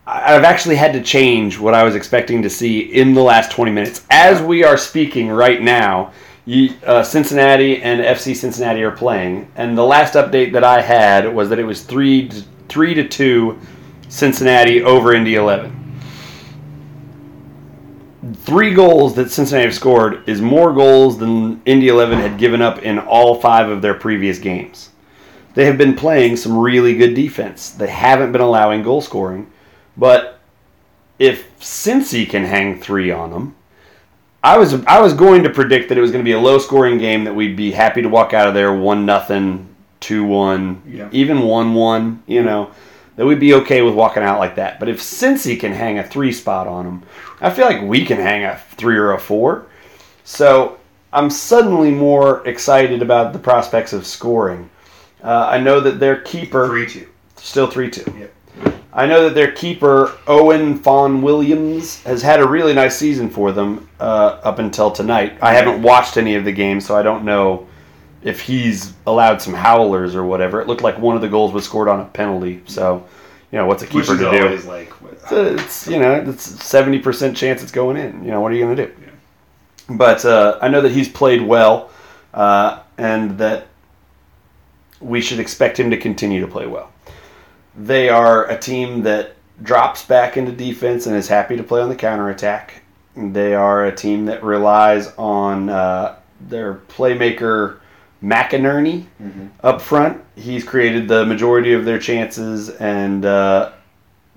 Speaker 1: I- I've actually had to change what I was expecting to see in the last 20 minutes. As we are speaking right now, you, uh, Cincinnati and FC Cincinnati are playing, and the last update that I had was that it was three to, three to two, Cincinnati over Indy eleven. Three goals that Cincinnati have scored is more goals than Indy eleven had given up in all five of their previous games. They have been playing some really good defense. They haven't been allowing goal scoring, but if Cincy can hang three on them. I was I was going to predict that it was going to be a low scoring game that we'd be happy to walk out of there one nothing, two one,
Speaker 2: Yeah.
Speaker 1: even one one. You know, that we'd be okay with walking out like that. But if Cincy can hang a three spot on them, I feel like we can hang a three or a four. So I'm suddenly more excited about the prospects of scoring. Uh, I know that their keeper
Speaker 2: Three two.
Speaker 1: still three two.
Speaker 2: Yep.
Speaker 1: I know that their keeper Owen Fawn Williams has had a really nice season for them uh, up until tonight. I haven't watched any of the games, so I don't know if he's allowed some howlers or whatever. It looked like one of the goals was scored on a penalty, so you know what's a keeper
Speaker 2: Which is
Speaker 1: to
Speaker 2: always
Speaker 1: do?
Speaker 2: like what,
Speaker 1: So it's you know it's seventy percent chance it's going in. You know what are you going to do? But uh, I know that he's played well, uh, and that we should expect him to continue to play well. They are a team that drops back into defense and is happy to play on the counterattack. They are a team that relies on uh, their playmaker McInerney up front. He's created the majority of their chances and uh,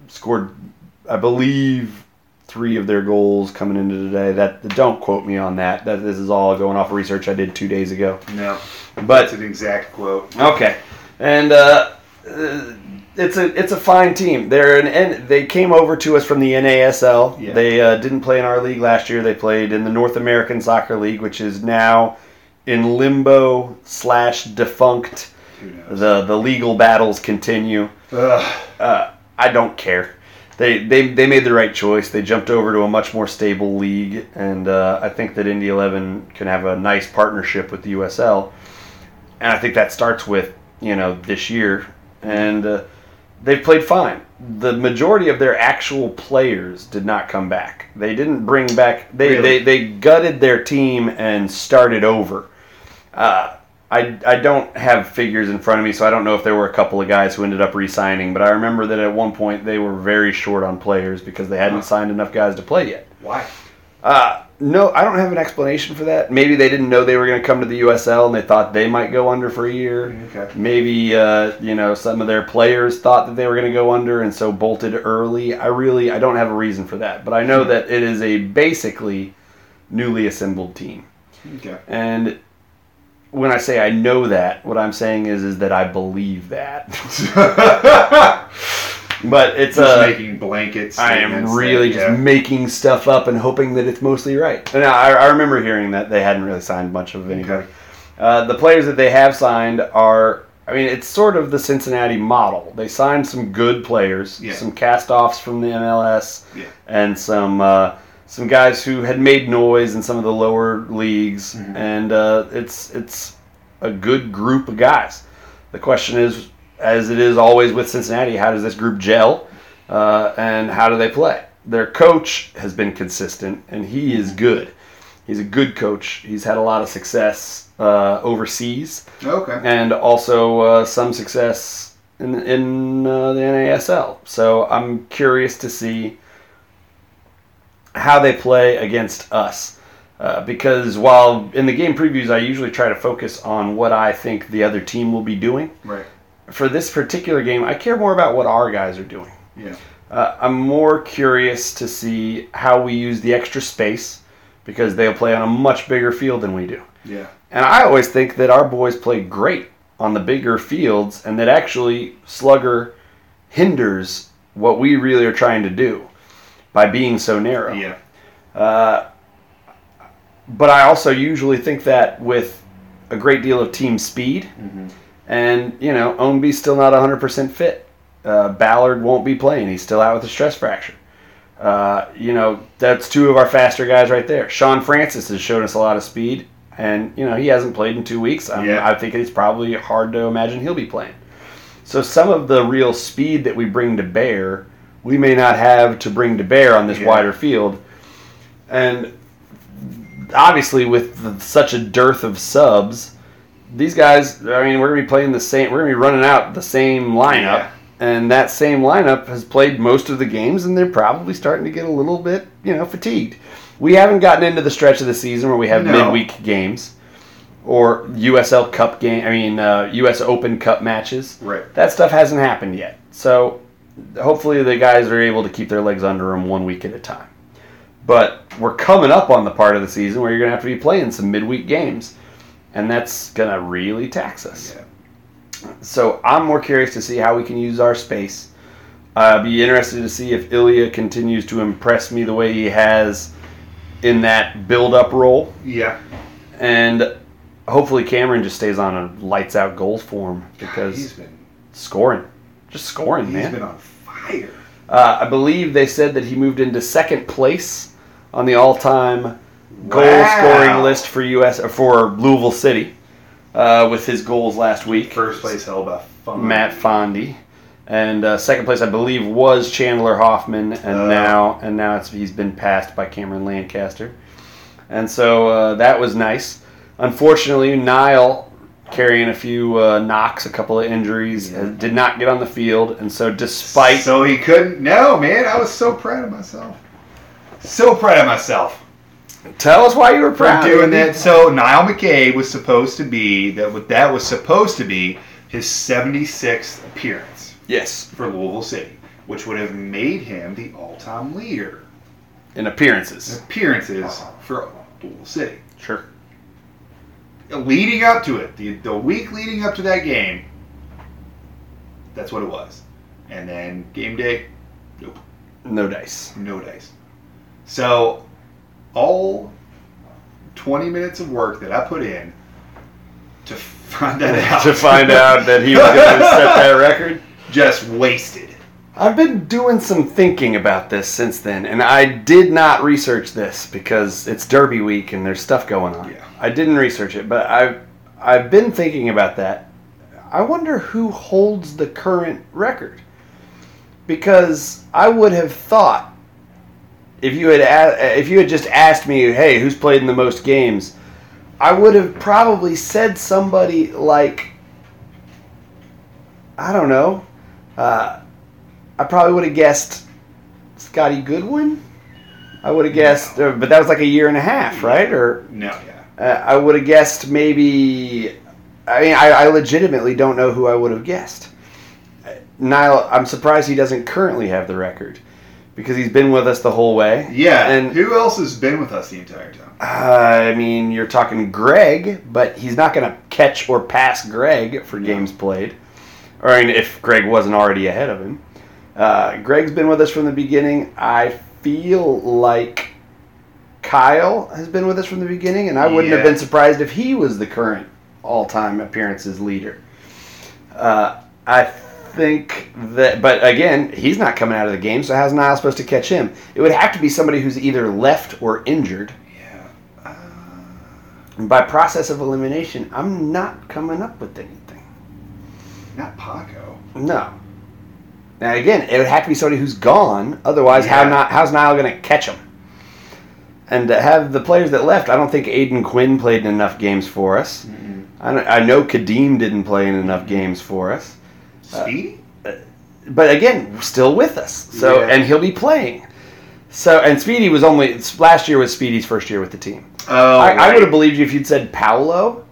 Speaker 1: scored, I believe, three of their goals coming into today. That don't quote me on that. That this is all going off research I did two days ago.
Speaker 2: no,
Speaker 1: But
Speaker 2: that's an exact quote.
Speaker 1: Okay, and uh, uh, it's a it's a fine team. They're an N, they came over to us from the NASL.
Speaker 2: Yeah.
Speaker 1: They uh, didn't play in our league last year. They played in the North American Soccer League, which is now in limbo slash defunct.
Speaker 2: Who knows?
Speaker 1: The the legal battles continue.
Speaker 2: Ugh.
Speaker 1: Uh, I don't care. They, they, they made the right choice. They jumped over to a much more stable league, and uh, I think that Indy 11 can have a nice partnership with the USL. And I think that starts with, you know, this year. And uh, they've played fine. The majority of their actual players did not come back. They didn't bring back, they,
Speaker 2: Really?
Speaker 1: they, they gutted their team and started over. Uh, I, I don't have figures in front of me, so I don't know if there were a couple of guys who ended up re-signing. But I remember that at one point they were very short on players because they hadn't signed enough guys to play yet.
Speaker 2: Why?
Speaker 1: Uh, no, I don't have an explanation for that. Maybe they didn't know they were going to come to the USL and they thought they might go under for a year.
Speaker 2: Okay.
Speaker 1: Maybe uh, you know some of their players thought that they were going to go under and so bolted early. I really I don't have a reason for that, but I know that it is a basically newly assembled team.
Speaker 2: Okay.
Speaker 1: And when I say I know that, what I'm saying is is that I believe that. but it's uh,
Speaker 2: just
Speaker 1: a
Speaker 2: making blankets.
Speaker 1: I am really just making stuff up and hoping that it's mostly right. And I, I remember hearing that they hadn't really signed much of anybody.
Speaker 2: Okay.
Speaker 1: Uh, the players that they have signed are, I mean, it's sort of the Cincinnati model. They signed some good players,
Speaker 2: Yeah.
Speaker 1: some cast offs from the MLS,
Speaker 2: Yeah.
Speaker 1: and some uh, some guys who had made noise in some of the lower leagues.
Speaker 2: Mhm.
Speaker 1: And uh, it's it's a good group of guys. The question is, as it is always with Cincinnati, how does this group gel, uh, and how do they play? Their coach has been consistent, and he is good. He's a good coach. He's had a lot of success uh, overseas,
Speaker 2: Okay.
Speaker 1: and also uh, some success in in uh, the NASL. So I'm curious to see how they play against us. Uh, because while in the game previews, I usually try to focus on what I think the other team will be doing.
Speaker 2: Right.
Speaker 1: For this particular game, I care more about what our guys are doing.
Speaker 2: Yeah.
Speaker 1: Uh, I'm more curious to see how we use the extra space because they'll play on a much bigger field than we do.
Speaker 2: Yeah.
Speaker 1: And I always think that our boys play great on the bigger fields and that actually Slugger hinders what we really are trying to do by being so narrow.
Speaker 2: Yeah.
Speaker 1: Uh, But I also usually think that with a great deal of team speed and, you know, Ownby's still not 100% fit. Uh, Ballard won't be playing. He's still out with a stress fracture. Uh, you know, that's two of our faster guys right there. Sean Francis has shown us a lot of speed, and, you know, he hasn't played in two weeks. I'm,
Speaker 2: Yeah.
Speaker 1: I think it's probably hard to imagine he'll be playing. So some of the real speed that we bring to bear, we may not have to bring to bear on this
Speaker 2: Yeah.
Speaker 1: wider field. And obviously with the, such a dearth of subs, these guys. I mean, we're gonna be playing the same. We're gonna be running out the same lineup,
Speaker 2: Yeah.
Speaker 1: and that same lineup has played most of the games, and they're probably starting to get a little bit, you know, fatigued. We haven't gotten into the stretch of the season where we have
Speaker 2: No.
Speaker 1: midweek games or USL Cup game. I mean, uh, US Open Cup matches.
Speaker 2: Right.
Speaker 1: That stuff hasn't happened yet. So hopefully the guys are able to keep their legs under them one week at a time. But we're coming up on the part of the season where you're going to have to be playing some midweek games, and that's going to really tax us.
Speaker 2: Yeah.
Speaker 1: So I'm more curious to see how we can use our space. I'd be interested to see if Ilya continues to impress me the way he has in that build-up role,
Speaker 2: Yeah.
Speaker 1: and hopefully Cameron just stays on a lights-out goal form because
Speaker 2: he's been
Speaker 1: scoring, just scoring,
Speaker 2: he's
Speaker 1: man.
Speaker 2: been on fire.
Speaker 1: Uh, I believe they said that he moved into second place on the all-time goal
Speaker 2: Wow.
Speaker 1: scoring list for US or for Louisville City uh, with his goals last week.
Speaker 2: First place held by Fun.
Speaker 1: Matt Fondy, and uh, second place I believe was Chandler Hoffman, and
Speaker 2: Oh.
Speaker 1: now and now it's he's been passed by Cameron Lancaster, and so uh, that was nice. Unfortunately, Nile carrying a few uh, knocks, a couple of injuries, uh, did not get on the field, and so despite
Speaker 2: So he couldn't. No, man, I was so proud of myself. So proud of myself
Speaker 1: Tell us why you were
Speaker 2: for
Speaker 1: proud
Speaker 2: doing that. So Niall McKay was supposed to be that. What that was supposed to be his 76th appearance
Speaker 1: Yes,
Speaker 2: for Louisville City, which would have made him the all-time leader
Speaker 1: in
Speaker 2: in
Speaker 1: appearances.
Speaker 2: appearances for Louisville City.
Speaker 1: Sure.
Speaker 2: Leading up to it, the the week leading up to that game, that's what it was. And then game day, nope.
Speaker 1: No dice.
Speaker 2: no dice. So all 20 minutes of work that I put in to find that out
Speaker 1: to find out that he was going to set that record.
Speaker 2: just wasted.
Speaker 1: I've been doing some thinking about this since then, and I did not research this because it's Derby week and there's stuff going on.
Speaker 2: Yeah.
Speaker 1: I didn't research it, but I've I've been thinking about that. I wonder who holds the current record, because I would have thought if you had a- if you had just asked me, hey, who's played in the most games, I would have probably said somebody like I don't know. Uh, I probably would have guessed Scotty Goodwin. I would have guessed, uh, but that was like a year and a half, right? Or
Speaker 2: No, yeah.
Speaker 1: uh, I would have guessed maybe. I mean, I, I legitimately don't know who I would have guessed. Uh, Niall, I'm surprised he doesn't currently have the record because he's been with us the whole way.
Speaker 2: Yeah,
Speaker 1: and
Speaker 2: who else has been with us the entire time?
Speaker 1: Uh, I mean, you're talking Greg, but he's not going to catch or pass Greg for games played. Or I mean, if Greg wasn't already ahead of him. Uh, Greg's been with us from the beginning. I feel like Kyle has been with us from the beginning, and I wouldn't have
Speaker 2: Yeah.
Speaker 1: been surprised if he was the current all time appearances leader. Uh, I think that, but again, he's not coming out of the game, so how's Niall supposed to catch him? It would have to be somebody who's either left or injured.
Speaker 2: Yeah. Uh,
Speaker 1: By process of elimination, I'm not coming up with anything.
Speaker 2: not Paco.
Speaker 1: No. Now again, it would have to be somebody who's gone. Otherwise, how
Speaker 2: Yeah.
Speaker 1: not? How's Niall going to catch him? And to have the players that left, I don't think Aiden Quinn played in enough games for us. I, don't, I know Kadeem didn't play in enough games for us.
Speaker 2: Speedy?
Speaker 1: But again, still with us. So
Speaker 2: Yeah.
Speaker 1: and he'll be playing. So and Speedy was only last year was Speedy's first year with the team.
Speaker 2: oh,
Speaker 1: I, I
Speaker 2: right.
Speaker 1: would have believed you if you'd said Paolo,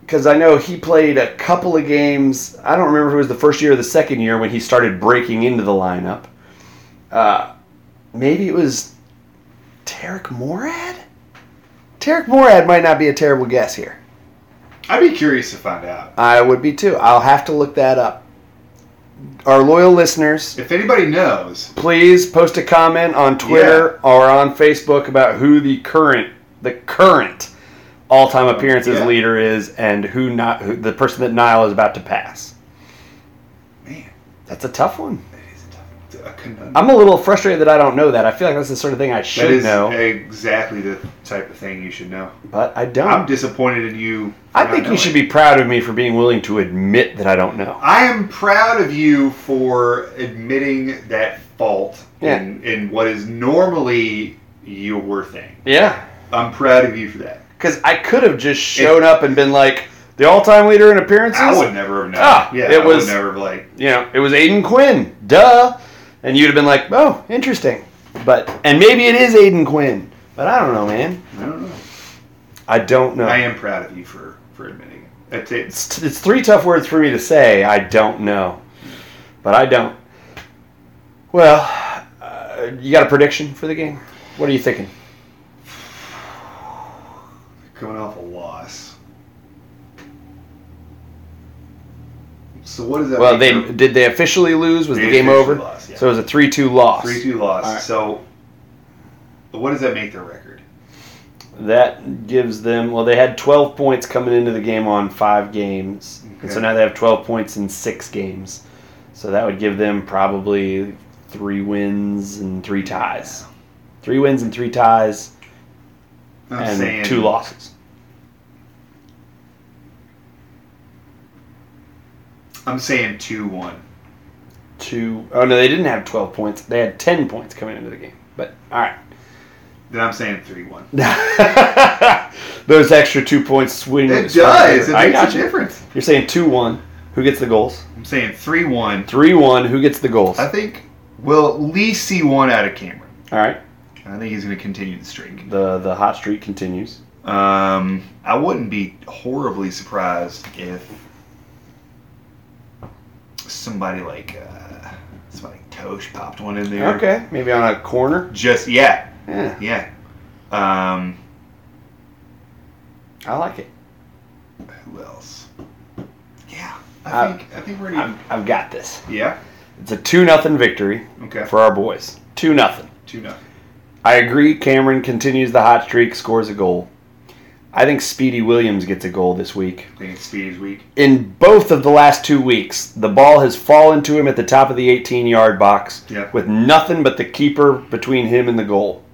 Speaker 1: because I know he played a couple of games. I don't remember if it was the first year or the second year when he started breaking into the lineup. Uh, maybe it was Tarek Morad. Tarek Morad might not be a terrible guess here.
Speaker 2: I'd be curious to find out.
Speaker 1: I would be too. I'll have to look that up. Our loyal listeners,
Speaker 2: If anybody knows,
Speaker 1: please post a comment on Twitter or on Facebook about who the current the current all time appearances
Speaker 2: Oh, Yeah.
Speaker 1: leader is and who not who, the person that Niall is about to pass.
Speaker 2: man,
Speaker 1: That's a tough one.
Speaker 2: that is a tough. it's A conundrum.
Speaker 1: I'm a little frustrated that I don't know that. I feel like that's the sort of thing I
Speaker 2: that
Speaker 1: should
Speaker 2: is
Speaker 1: know,
Speaker 2: exactly the type of thing you should know.
Speaker 1: but I
Speaker 2: I'm
Speaker 1: don't.
Speaker 2: disappointed in you. for
Speaker 1: I
Speaker 2: not
Speaker 1: think you
Speaker 2: knowing.
Speaker 1: should be proud of me for being willing to admit that I don't know.
Speaker 2: I am proud of you for admitting that fault
Speaker 1: Yeah.
Speaker 2: in, in what is normally your thing.
Speaker 1: Yeah.
Speaker 2: I'm proud of you for that.
Speaker 1: Because I could have just shown up and been like the all-time leader in appearances.
Speaker 2: I would never have known.
Speaker 1: Ah,
Speaker 2: yeah,
Speaker 1: it
Speaker 2: I
Speaker 1: was-
Speaker 2: would never have like.
Speaker 1: you know, it was Aiden Quinn, duh. And you'd have been like, oh, interesting. But and maybe it is Aiden Quinn, but I don't know, man.
Speaker 2: I don't know.
Speaker 1: I don't know.
Speaker 2: I am proud of you for for admitting it. That's it.
Speaker 1: It's, it's three tough words for me to say. I don't know, but I don't. Well, uh, you got a prediction for the game? What are you thinking?
Speaker 2: coming off a loss. So what does that?
Speaker 1: Well, they
Speaker 2: mean for
Speaker 1: did they officially lose? Was
Speaker 2: They
Speaker 1: the game
Speaker 2: officially
Speaker 1: over?
Speaker 2: lost, yeah.
Speaker 1: So it was a three-two loss.
Speaker 2: three-two loss.
Speaker 1: All right.
Speaker 2: So what does that make their record?
Speaker 1: That gives them well. They had twelve points coming into the game on five games, and so
Speaker 2: Okay.
Speaker 1: now they have twelve points in six games. So that would give them probably three wins and three ties, three wins and three ties,
Speaker 2: I'm
Speaker 1: and
Speaker 2: saying
Speaker 1: two losses.
Speaker 2: I'm saying two-one.
Speaker 1: Two oh no, they didn't have twelve points. They had ten points coming into the game. But all right,
Speaker 2: Then I'm saying three-one.
Speaker 1: those extra two points swing.
Speaker 2: It
Speaker 1: swing
Speaker 2: does.
Speaker 1: over.
Speaker 2: It
Speaker 1: I
Speaker 2: makes
Speaker 1: got
Speaker 2: a
Speaker 1: you.
Speaker 2: difference.
Speaker 1: You're saying two one. Who gets the goals?
Speaker 2: I'm saying three-one.
Speaker 1: Three one. Who gets the goals?
Speaker 2: I think we'll at least see one out of Cameron.
Speaker 1: All right.
Speaker 2: And I think he's going to continue the streak.
Speaker 1: The the hot streak continues.
Speaker 2: Um, I wouldn't be horribly surprised if somebody like uh, somebody like Tosh popped one in there.
Speaker 1: Okay, maybe on a corner.
Speaker 2: Just yeah,
Speaker 1: Yeah,
Speaker 2: yeah. Um,
Speaker 1: I like it.
Speaker 2: who else? Yeah, I
Speaker 1: Uh,
Speaker 2: think I think we're
Speaker 1: I've,
Speaker 2: gonna.
Speaker 1: I've got this.
Speaker 2: Yeah.
Speaker 1: It's a two nothing victory
Speaker 2: Okay.
Speaker 1: for our boys. Two nothing.
Speaker 2: Two nothing.
Speaker 1: I agree. Cameron continues the hot streak, scores a goal. I think Speedy Williams gets a goal this week.
Speaker 2: I think it's Speedy's week.
Speaker 1: in both of the last two weeks, the ball has fallen to him at the top of the 18 yard box
Speaker 2: Yeah.
Speaker 1: with nothing but the keeper between him and the goal.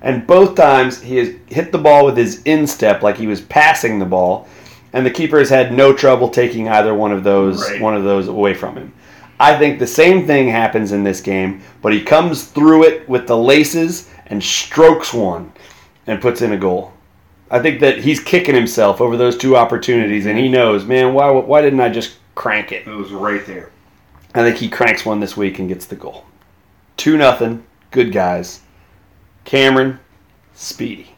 Speaker 1: And both times he has hit the ball with his instep like he was passing the ball, and the keeper has had no trouble taking either one of those
Speaker 2: Right.
Speaker 1: one of those away from him. I think the same thing happens in this game, but he comes through it with the laces and strokes one and puts in a goal. I think that he's kicking himself over those two opportunities, and he knows, man, why why didn't I just crank it?
Speaker 2: It was right there.
Speaker 1: I think he cranks one this week and gets the goal. Two nothing, good guys. Cameron, Speedy.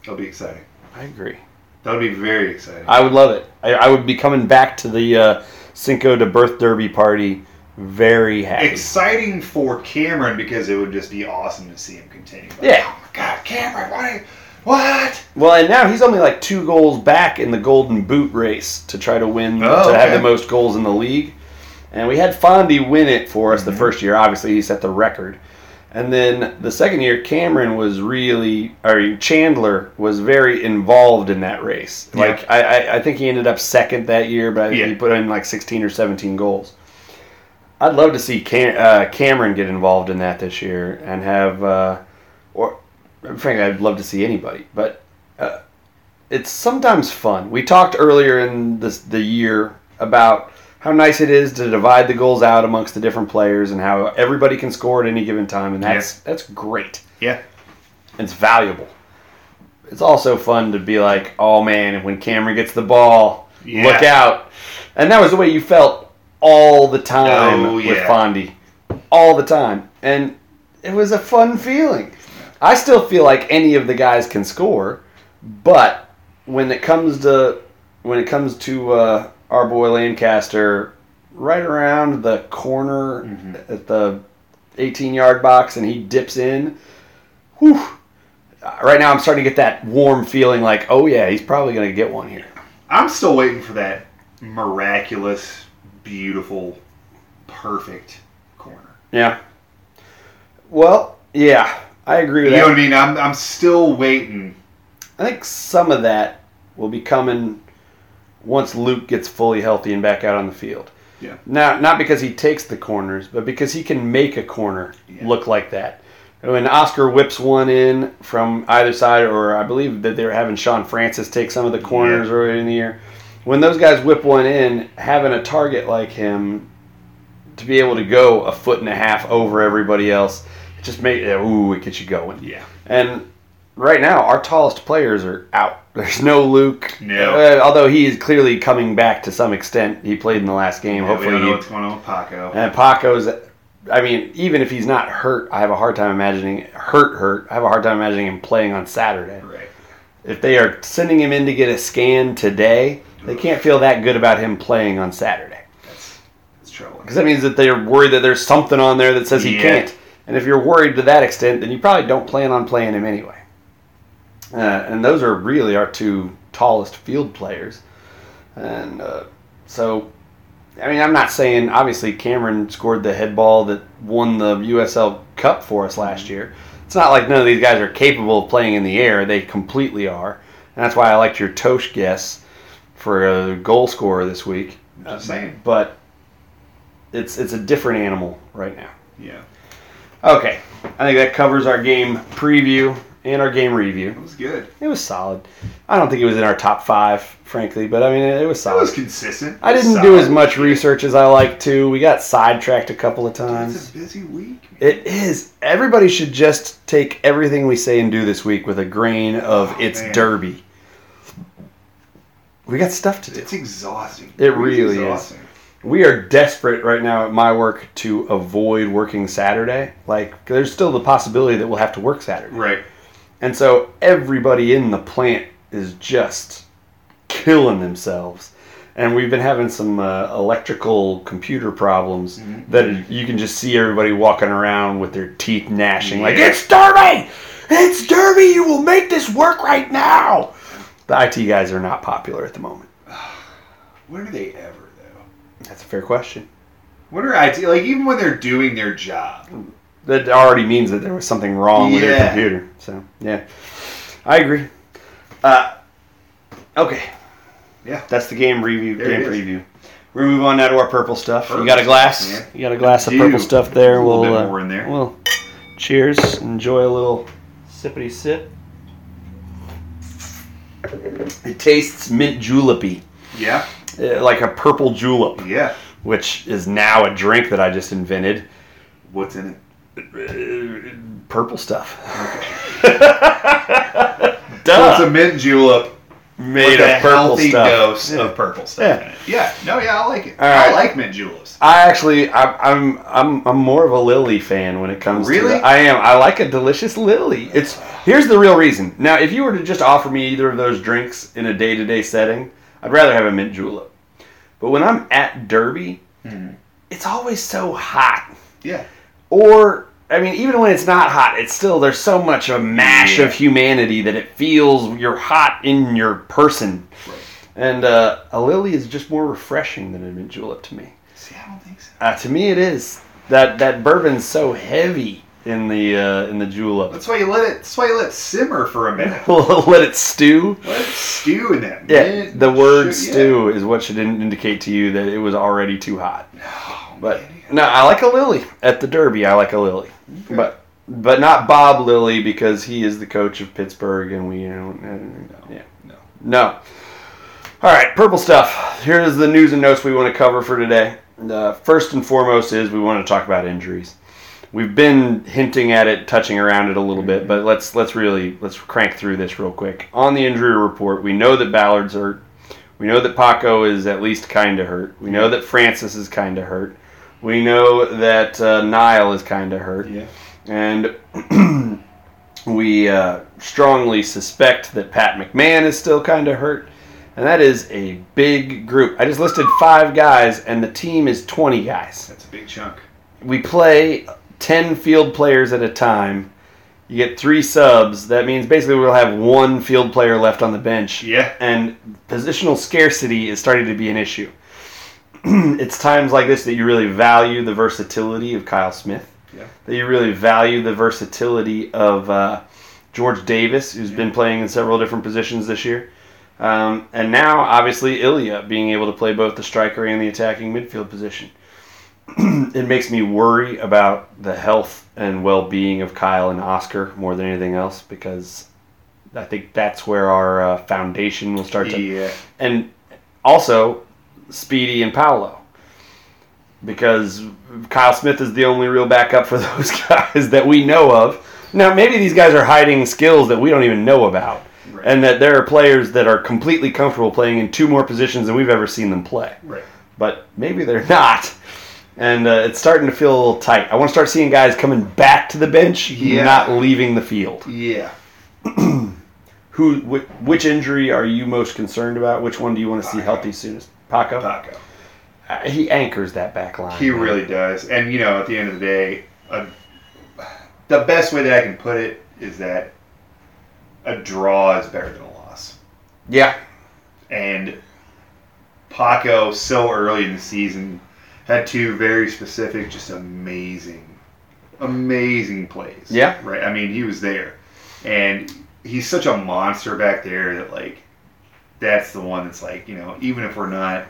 Speaker 2: That'll be exciting.
Speaker 1: I agree.
Speaker 2: That'll be very exciting.
Speaker 1: I would love it. I, I would be coming back to the uh, Cinco de Birth Derby party very happy.
Speaker 2: exciting for Cameron because it would just be awesome to see him continue. Like,
Speaker 1: Yeah.
Speaker 2: Oh my God, Cameron, what? are you- What?
Speaker 1: well, and now he's only like two goals back in the Golden Boot race to try to win
Speaker 2: Oh,
Speaker 1: to have
Speaker 2: okay.
Speaker 1: the most goals in the league. And we had Fondy win it for us
Speaker 2: Mm-hmm.
Speaker 1: the first year. Obviously, he set the record. And then the second year, Cameron was really, or Chandler was very involved in that race.
Speaker 2: Yeah.
Speaker 1: Like, I, I, I think he ended up second that year, but I think
Speaker 2: Yeah.
Speaker 1: he put in like 16 or 17 goals. I'd love to see Cam, uh, Cameron get involved in that this year and have, uh, or frankly, I'd love to see anybody, but uh, it's sometimes fun. We talked earlier in this, the year about how nice it is to divide the goals out amongst the different players and how everybody can score at any given time, and that's that's great.
Speaker 2: Yeah.
Speaker 1: It's valuable. It's also fun to be like, oh man, when Cameron gets the ball,
Speaker 2: Yeah.
Speaker 1: look out. And that was the way you felt all the time
Speaker 2: Oh,
Speaker 1: with
Speaker 2: yeah.
Speaker 1: Fondy. All the time. And it was a fun feeling. I still feel like any of the guys can score, but when it comes to when it comes to uh, our boy Lancaster, right around the corner at the 18 yard box, and he dips in. Whew. Uh, Right now, I'm starting to get that warm feeling, like, oh yeah, he's probably going to get one here.
Speaker 2: I'm still waiting for that miraculous, beautiful, perfect corner.
Speaker 1: Yeah. Well, yeah, I agree
Speaker 2: You
Speaker 1: with
Speaker 2: know
Speaker 1: that.
Speaker 2: what I mean? I'm, I'm still waiting.
Speaker 1: I think some of that will be coming once Luke gets fully healthy and back out on the field.
Speaker 2: Yeah.
Speaker 1: Now, not because he takes the corners, but because he can make a corner
Speaker 2: Yeah.
Speaker 1: look like that. When Oscar whips one in from either side, or I believe that they were having Sean Francis take some of the corners
Speaker 2: Yeah.
Speaker 1: earlier in the year. When those guys whip one in, having a target like him to be able to go a foot and a half over everybody else, it just made ooh, it gets you going.
Speaker 2: Yeah.
Speaker 1: And right now our tallest players are out. There's no Luke.
Speaker 2: No.
Speaker 1: Uh, although he is clearly coming back to some extent. He played in the last game.
Speaker 2: Yeah, we
Speaker 1: Hopefully,
Speaker 2: don't know
Speaker 1: he,
Speaker 2: what's going on with Paco.
Speaker 1: and Paco's. I mean, even if he's not hurt, I have a hard time imagining hurt. Hurt. I have a hard time imagining him playing on Saturday.
Speaker 2: Right.
Speaker 1: If they are sending him in to get a scan today, they can't feel that good about him playing on Saturday
Speaker 2: That's that's troubling.
Speaker 1: because that means that they're worried that there's something on there that says he
Speaker 2: Yeah.
Speaker 1: can't. And if you're worried to that extent, then you probably don't plan on playing him anyway. Uh, and those are really our two tallest field players. And uh, so, I mean, I'm not saying obviously Cameron scored the head ball that won the USL Cup for us last year. It's not like none of these guys are capable of playing in the air. They completely are, and that's why I liked your Tosh guess for a goal scorer this week Uh,
Speaker 2: I'm just saying.
Speaker 1: but it's it's a different animal right now.
Speaker 2: Yeah.
Speaker 1: Okay, I think that covers our game preview and our game
Speaker 2: It
Speaker 1: review.
Speaker 2: was good.
Speaker 1: It was solid. I don't think it was in our top five, frankly, but I mean it, was
Speaker 2: That
Speaker 1: solid.
Speaker 2: was consistent.
Speaker 1: I didn't do as much research as I like to. We got sidetracked a couple of
Speaker 2: It's a
Speaker 1: times.
Speaker 2: busy week. man.
Speaker 1: It is. Everybody should just take everything we say and do this week with a grain of
Speaker 2: Oh,
Speaker 1: it's
Speaker 2: man.
Speaker 1: derby. We got stuff to do.
Speaker 2: It's exhausting.
Speaker 1: It really is.
Speaker 2: exhausting.
Speaker 1: we are desperate right now at my work to avoid working Saturday. Like, there's still the possibility that we'll have to work Saturday.
Speaker 2: Right.
Speaker 1: And so everybody in the plant is just killing themselves. And we've been having some uh, electrical computer problems
Speaker 2: Mhm.
Speaker 1: that you can just see everybody walking around with their teeth gnashing, like,
Speaker 2: Yeah.
Speaker 1: It's Derby! It's Derby! You will make this work right now! The IT guys are not popular at the moment.
Speaker 2: When are they ever though?
Speaker 1: That's a fair question.
Speaker 2: What are IT like? Even when they're doing their job,
Speaker 1: that already means that there was something wrong with your
Speaker 2: Yeah.
Speaker 1: computer. So yeah, I agree. Uh, okay,
Speaker 2: Yeah.
Speaker 1: that's the game review.
Speaker 2: There
Speaker 1: game
Speaker 2: it is.
Speaker 1: preview. We're gonna move on now to our purple stuff. You
Speaker 2: Purple
Speaker 1: got a glass?
Speaker 2: stuff,
Speaker 1: You got a glass of
Speaker 2: Do.
Speaker 1: purple stuff there.
Speaker 2: There's a
Speaker 1: we'll
Speaker 2: little bit
Speaker 1: uh,
Speaker 2: more in there.
Speaker 1: We'll cheers. Enjoy a little sippity sip. It tastes mint julepy,
Speaker 2: yeah,
Speaker 1: uh, like a purple julep,
Speaker 2: yeah.
Speaker 1: which is now a drink that I just invented.
Speaker 2: What's in it?
Speaker 1: purple stuff.
Speaker 2: So it's
Speaker 1: Duh.
Speaker 2: a mint julep
Speaker 1: made
Speaker 2: with a
Speaker 1: of Ah. purple
Speaker 2: healthy
Speaker 1: stuff.
Speaker 2: dose
Speaker 1: Yeah.
Speaker 2: of purple stuff.
Speaker 1: Yeah.
Speaker 2: in it. yeah. No, yeah, I like it.
Speaker 1: All
Speaker 2: I
Speaker 1: right.
Speaker 2: like mint juleps.
Speaker 1: I actually, I, I'm, I'm, I'm more of a lily fan when it comes to.
Speaker 2: Really?
Speaker 1: the- I am. I like a delicious lily. It's here's the real reason. Now, if you were to just offer me either of those drinks in a day-to-day setting, I'd rather have a mint julep. But when I'm at Derby,
Speaker 2: Hmm.
Speaker 1: it's always so hot.
Speaker 2: Yeah,
Speaker 1: or I mean, even when it's not hot, it's still there's so much a mash
Speaker 2: Yeah.
Speaker 1: of humanity that it feels you're hot in your person.
Speaker 2: Right.
Speaker 1: And uh, a lily is just more refreshing than a mint julep to me.
Speaker 2: see, I don't think so.
Speaker 1: Uh, to me, it is that that bourbon's so heavy in the uh, in the julep.
Speaker 2: That's why you let it. That's why you let it simmer for a minute.
Speaker 1: Let it stew.
Speaker 2: Let it stew in that.
Speaker 1: Yeah,
Speaker 2: mint
Speaker 1: the word
Speaker 2: ju- Oh, yeah.
Speaker 1: stew is what should in- indicate to you that it was already too hot.
Speaker 2: Oh,
Speaker 1: But
Speaker 2: man, yeah.
Speaker 1: no, I like a Lily at the Derby. I like a Lily,
Speaker 2: Okay.
Speaker 1: but but not Bob Lilly because he is the coach of Pittsburgh, and we you know uh, yeah
Speaker 2: no.
Speaker 1: no. All right, purple stuff. Here's the news and notes we want to cover for today. Uh, first and foremost is we want to talk about injuries. We've been hinting at it, touching around it a little bit, but let's let's really let's crank through this real quick. On the injury report, we know that Ballard's hurt. We know that Paco is at least kind of hurt. We know that Francis is kind of hurt. We know that uh, Niall is kind of hurt
Speaker 2: Yeah.
Speaker 1: and we uh, strongly suspect that Pat McMahon is still kind of hurt, and that is a big group. I just listed five guys, and the team is 20 guys.
Speaker 2: That's a big chunk.
Speaker 1: We play 10 field players at a time. You get three subs. That means basically we'll have one field player left on the bench
Speaker 2: Yeah.
Speaker 1: and positional scarcity is starting to be an issue. it's times like this that you really value the versatility of Kyle Smith.
Speaker 2: Yeah.
Speaker 1: That you really value the versatility of uh, George Davis, who's been playing in several different positions this year. Um, and now, obviously, Ilya being able to play both the striker and the attacking midfield position. it makes me worry about the health and well being of Kyle and Oscar more than anything else because I think that's where our uh, foundation will start to
Speaker 2: Yeah.
Speaker 1: and also Speedy and Paolo. Because Kyle Smith is the only real backup for those guys that we know of. Now, maybe these guys are hiding skills that we don't even know about,
Speaker 2: Right.
Speaker 1: and that there are players that are completely comfortable playing in two more positions than we've ever seen them play.
Speaker 2: Right.
Speaker 1: But maybe they're not, and uh, it's starting to feel a little tight. I want to start seeing guys coming back to the bench,
Speaker 2: Yeah.
Speaker 1: not leaving the field.
Speaker 2: Yeah.
Speaker 1: Who? Wh- which injury are you most concerned about? Which one do you want to see healthy soonest? Paco.
Speaker 2: Paco.
Speaker 1: Uh, he anchors that back line.
Speaker 2: He
Speaker 1: man.
Speaker 2: really does. And, you know, at the end of the day, a, the best way that I can put it is that a draw is better than a loss.
Speaker 1: Yeah.
Speaker 2: And Paco, so early in the season, had two very specific, just amazing, amazing plays.
Speaker 1: Yeah.
Speaker 2: Right. I mean, he was there. And he's such a monster back there that, like, that's the one that's like, you know, even if we're not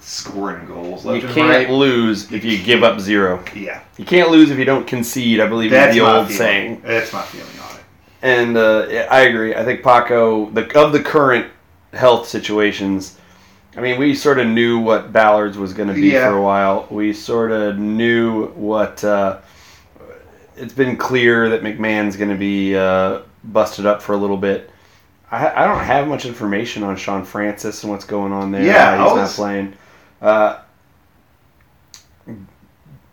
Speaker 2: scoring goals
Speaker 1: You
Speaker 2: left and
Speaker 1: can't
Speaker 2: right,
Speaker 1: lose if you give up zero.
Speaker 2: yeah,
Speaker 1: You can't lose if you don't concede. I believe is
Speaker 2: That's
Speaker 1: the
Speaker 2: my
Speaker 1: old
Speaker 2: feeling.
Speaker 1: saying.
Speaker 2: That's my feeling on it.
Speaker 1: And uh, yeah, I agree. I think Paco, the of the current health situations, I mean, we sort of knew what Ballard's was going to be
Speaker 2: Yeah.
Speaker 1: for a while. We sort of knew what. Uh, it's been clear that McMahon's going to be uh, busted up for a little bit. I, I don't have much information on Sean Francis and what's going on there.
Speaker 2: Yeah, oh,
Speaker 1: why he's
Speaker 2: I
Speaker 1: not
Speaker 2: was-
Speaker 1: playing. Uh,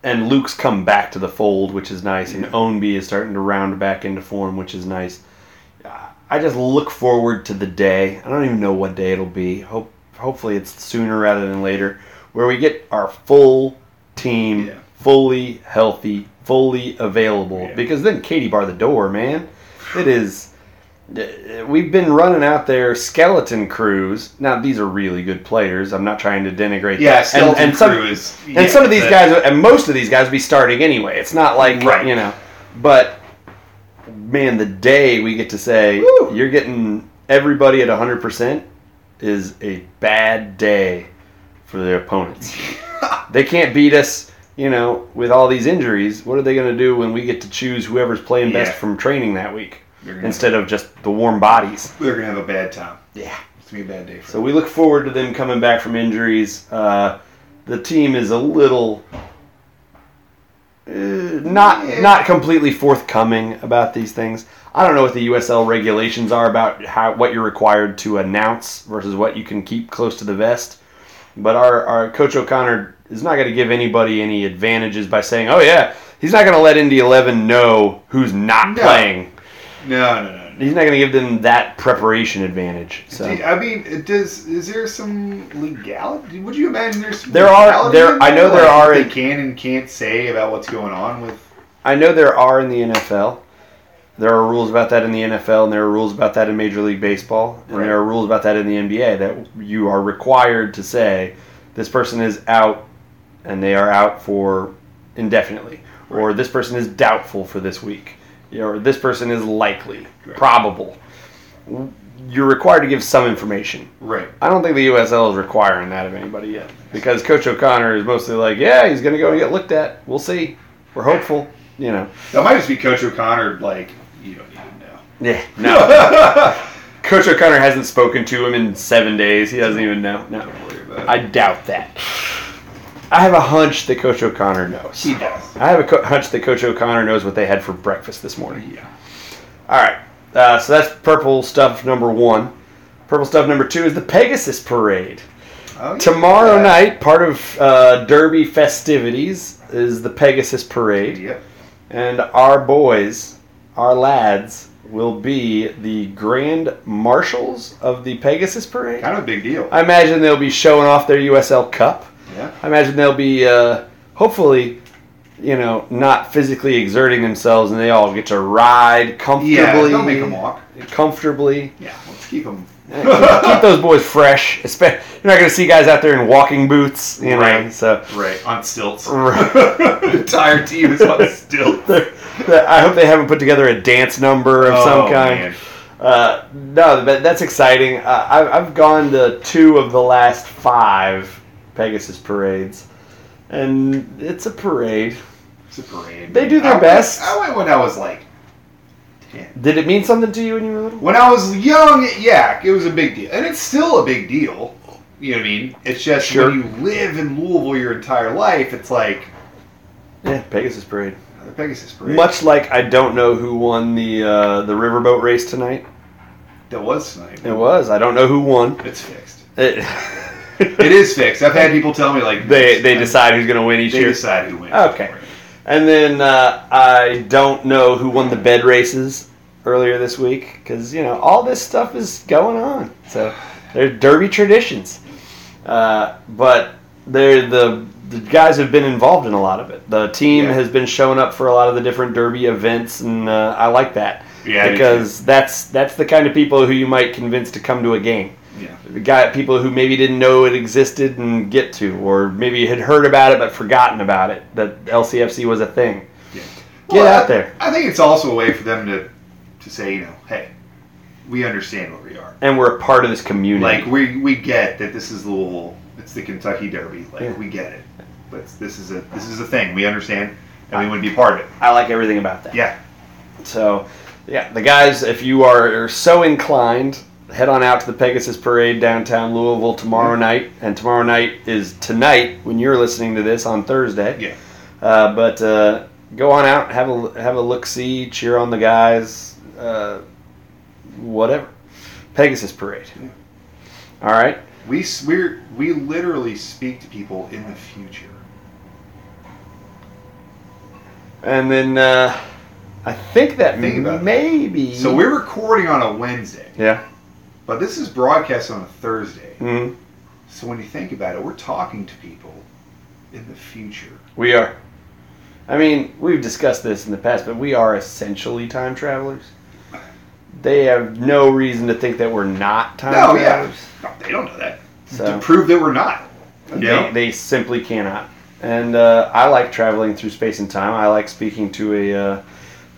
Speaker 1: and Luke's come back to the fold, which is nice, and Ownby is starting to round back into form, which is nice. I just look forward to the day. I don't even know what day it'll be. Hope hopefully it's sooner rather than later, where we get our full team
Speaker 2: Yeah.
Speaker 1: fully healthy, fully available.
Speaker 2: Yeah.
Speaker 1: Because then Katie bar the door, man. It is. uh, We've been running out there skeleton crews. Now these are really good players. I'm not trying to denigrate.
Speaker 2: Yeah,
Speaker 1: that.
Speaker 2: skeleton
Speaker 1: and, and some,
Speaker 2: crew is.
Speaker 1: and some of these guys, and most of these guys, would be starting anyway. It's not like
Speaker 2: Right.
Speaker 1: you know, but man, the day we get to say
Speaker 2: Woo.
Speaker 1: you're getting everybody at 100 percent is a bad day for their opponents. they can't beat us, you know, with all these injuries. What are they going to do when we get to choose whoever's playing best
Speaker 2: Yeah.
Speaker 1: from training that week
Speaker 2: They're gonna-
Speaker 1: instead of just the warm bodies?
Speaker 2: They're going to have a bad time.
Speaker 1: Yeah.
Speaker 2: It's going to be a bad day for
Speaker 1: So we look forward to them coming back from injuries. Uh, the team is a little uh, not
Speaker 2: Yeah.
Speaker 1: not completely forthcoming about these things. I don't know what the USL regulations are about how what you're required to announce versus what you can keep close to the vest. But our, our coach O'Connor is not going to give anybody any advantages by saying, "Oh yeah, he's not going to let Indy 11 know who's not
Speaker 2: No.
Speaker 1: playing."
Speaker 2: them. No, no, no. no.
Speaker 1: He's not going to give them that preparation advantage. So
Speaker 2: Do- I mean, it does is there some legality? Would you imagine there's some
Speaker 1: There are-
Speaker 2: legality
Speaker 1: there-
Speaker 2: in
Speaker 1: I know there
Speaker 2: Like, what
Speaker 1: are-
Speaker 2: They can and can't say about what's going on with.
Speaker 1: I know there are in the NFL. There are rules about that in the NFL, and there are rules about that in Major League Baseball, and
Speaker 2: Right.
Speaker 1: there are rules about that in the NBA that you are required to say this person is out, and they are out for indefinitely, or this person is doubtful for this week, or this person is likely,
Speaker 2: Correct.
Speaker 1: probable. You're required to give some information.
Speaker 2: Right.
Speaker 1: I don't think the USL is requiring that of anybody yet because Coach O'Connor is mostly like, yeah, he's going to go and get looked at. We'll see. We're hopeful, you know.
Speaker 2: That might just be Coach O'Connor. Like you don't even know.
Speaker 1: Yeah, no. Coach O'Connor hasn't spoken to him in seven days. He doesn't even know. No,
Speaker 2: Don't worry about it.
Speaker 1: I doubt that. I have a hunch that Coach O'Connor knows.
Speaker 2: he does.
Speaker 1: I have a co- hunch that Coach O'Connor knows what they had for breakfast this morning.
Speaker 2: Yeah.
Speaker 1: All right, uh, so that's purple stuff number one. Purple stuff number two is the Pegasus Parade.
Speaker 2: Oh, yeah.
Speaker 1: Tomorrow night, part of uh, Derby festivities is the Pegasus Parade.
Speaker 2: Yep.
Speaker 1: And our boys, our lads, will be the grand marshals of the Pegasus Parade.
Speaker 2: Kind of a big deal.
Speaker 1: I imagine they'll be showing off their USL Cup.
Speaker 2: yeah.
Speaker 1: I imagine they'll be, uh, hopefully, you know, not physically exerting themselves, and they all get to ride comfortably.
Speaker 2: Yeah. Don't make him walk.
Speaker 1: Comfortably.
Speaker 2: Yeah. Let's keep him.
Speaker 1: keep, keep those boys fresh. Espe- You're not going to see guys out there in walking boots, you know.
Speaker 2: Right.
Speaker 1: So
Speaker 2: Right, on stilts.
Speaker 1: Right.
Speaker 2: the entire team is on stilts.
Speaker 1: They're- they're- I hope they haven't put together a dance number of some kind.
Speaker 2: Oh, man.
Speaker 1: Uh, no, but that's exciting. Uh, I've, I've gone to two of the last five Pegasus parades, and it's a parade.
Speaker 2: It's a parade.
Speaker 1: They do their
Speaker 2: I went-
Speaker 1: best.
Speaker 2: I went when I was like 10.
Speaker 1: Did it mean something to you when you were little?
Speaker 2: When I was young, yeah, it was a big deal. And it's still a big deal. You know what I mean? It's just
Speaker 1: Sure.
Speaker 2: when you live in Louisville your entire life, it's like,
Speaker 1: Yeah, Pegasus parade.
Speaker 2: oh, the Pegasus Parade.
Speaker 1: Much like I don't know who won the uh, the riverboat race tonight.
Speaker 2: that was tonight.
Speaker 1: It was. I don't know who won.
Speaker 2: It's fixed.
Speaker 1: It,
Speaker 2: It is fixed. I've had people tell me like
Speaker 1: they they decide who's going to win each
Speaker 2: They
Speaker 1: year.
Speaker 2: decide who wins.
Speaker 1: Okay. And then uh, I don't know who won the bed races earlier this week because you know all this stuff is going on. So they're derby traditions, uh, but they're the the guys have been involved in a lot of it. The team
Speaker 2: Yeah.
Speaker 1: has been showing up for a lot of the different derby events, and uh, I like that
Speaker 2: Yeah, I do
Speaker 1: because that's that's the kind of people who you might convince to come to a game
Speaker 2: Yeah.
Speaker 1: got people who maybe didn't know it existed and get to, or maybe had heard about it but forgotten about it that LCFC was a thing.
Speaker 2: Yeah.
Speaker 1: Get
Speaker 2: Well,
Speaker 1: out there,
Speaker 2: I, I think it's also a way for them to to say, you know, hey, we understand what we are.
Speaker 1: and we're a part of this community.
Speaker 2: Like we we get that this is the little it's the Kentucky Derby. Like
Speaker 1: Yeah.
Speaker 2: we get it. But this is a this is a thing. We understand and we want to be part of it.
Speaker 1: I like everything about that.
Speaker 2: Yeah.
Speaker 1: So, yeah, the guys, if you are, are so inclined, head on out to the Pegasus Parade downtown Louisville tomorrow
Speaker 2: Mhm.
Speaker 1: night, and tomorrow night is tonight when you're listening to this on Thursday.
Speaker 2: Yeah.
Speaker 1: Uh, but uh, go on out, have a have a look, see, cheer on the guys, uh, whatever. Pegasus Parade.
Speaker 2: Yeah.
Speaker 1: All right.
Speaker 2: We s- we're we literally speak to people in the future.
Speaker 1: And then uh, I think that
Speaker 2: Think about it.
Speaker 1: maybe.
Speaker 2: So we're recording on a Wednesday,
Speaker 1: Yeah.
Speaker 2: but this is broadcast on a Thursday.
Speaker 1: Mhm.
Speaker 2: So when you think about it, we're talking to people in the future.
Speaker 1: We are. I mean, we've discussed this in the past, but we are essentially time travelers. They have no reason to think that we're not time
Speaker 2: No, yeah.
Speaker 1: travelers.
Speaker 2: No, they don't know that.
Speaker 1: So-
Speaker 2: To prove that we're not.
Speaker 1: They, they simply cannot. And uh, I like traveling through space and time. I like speaking to a uh,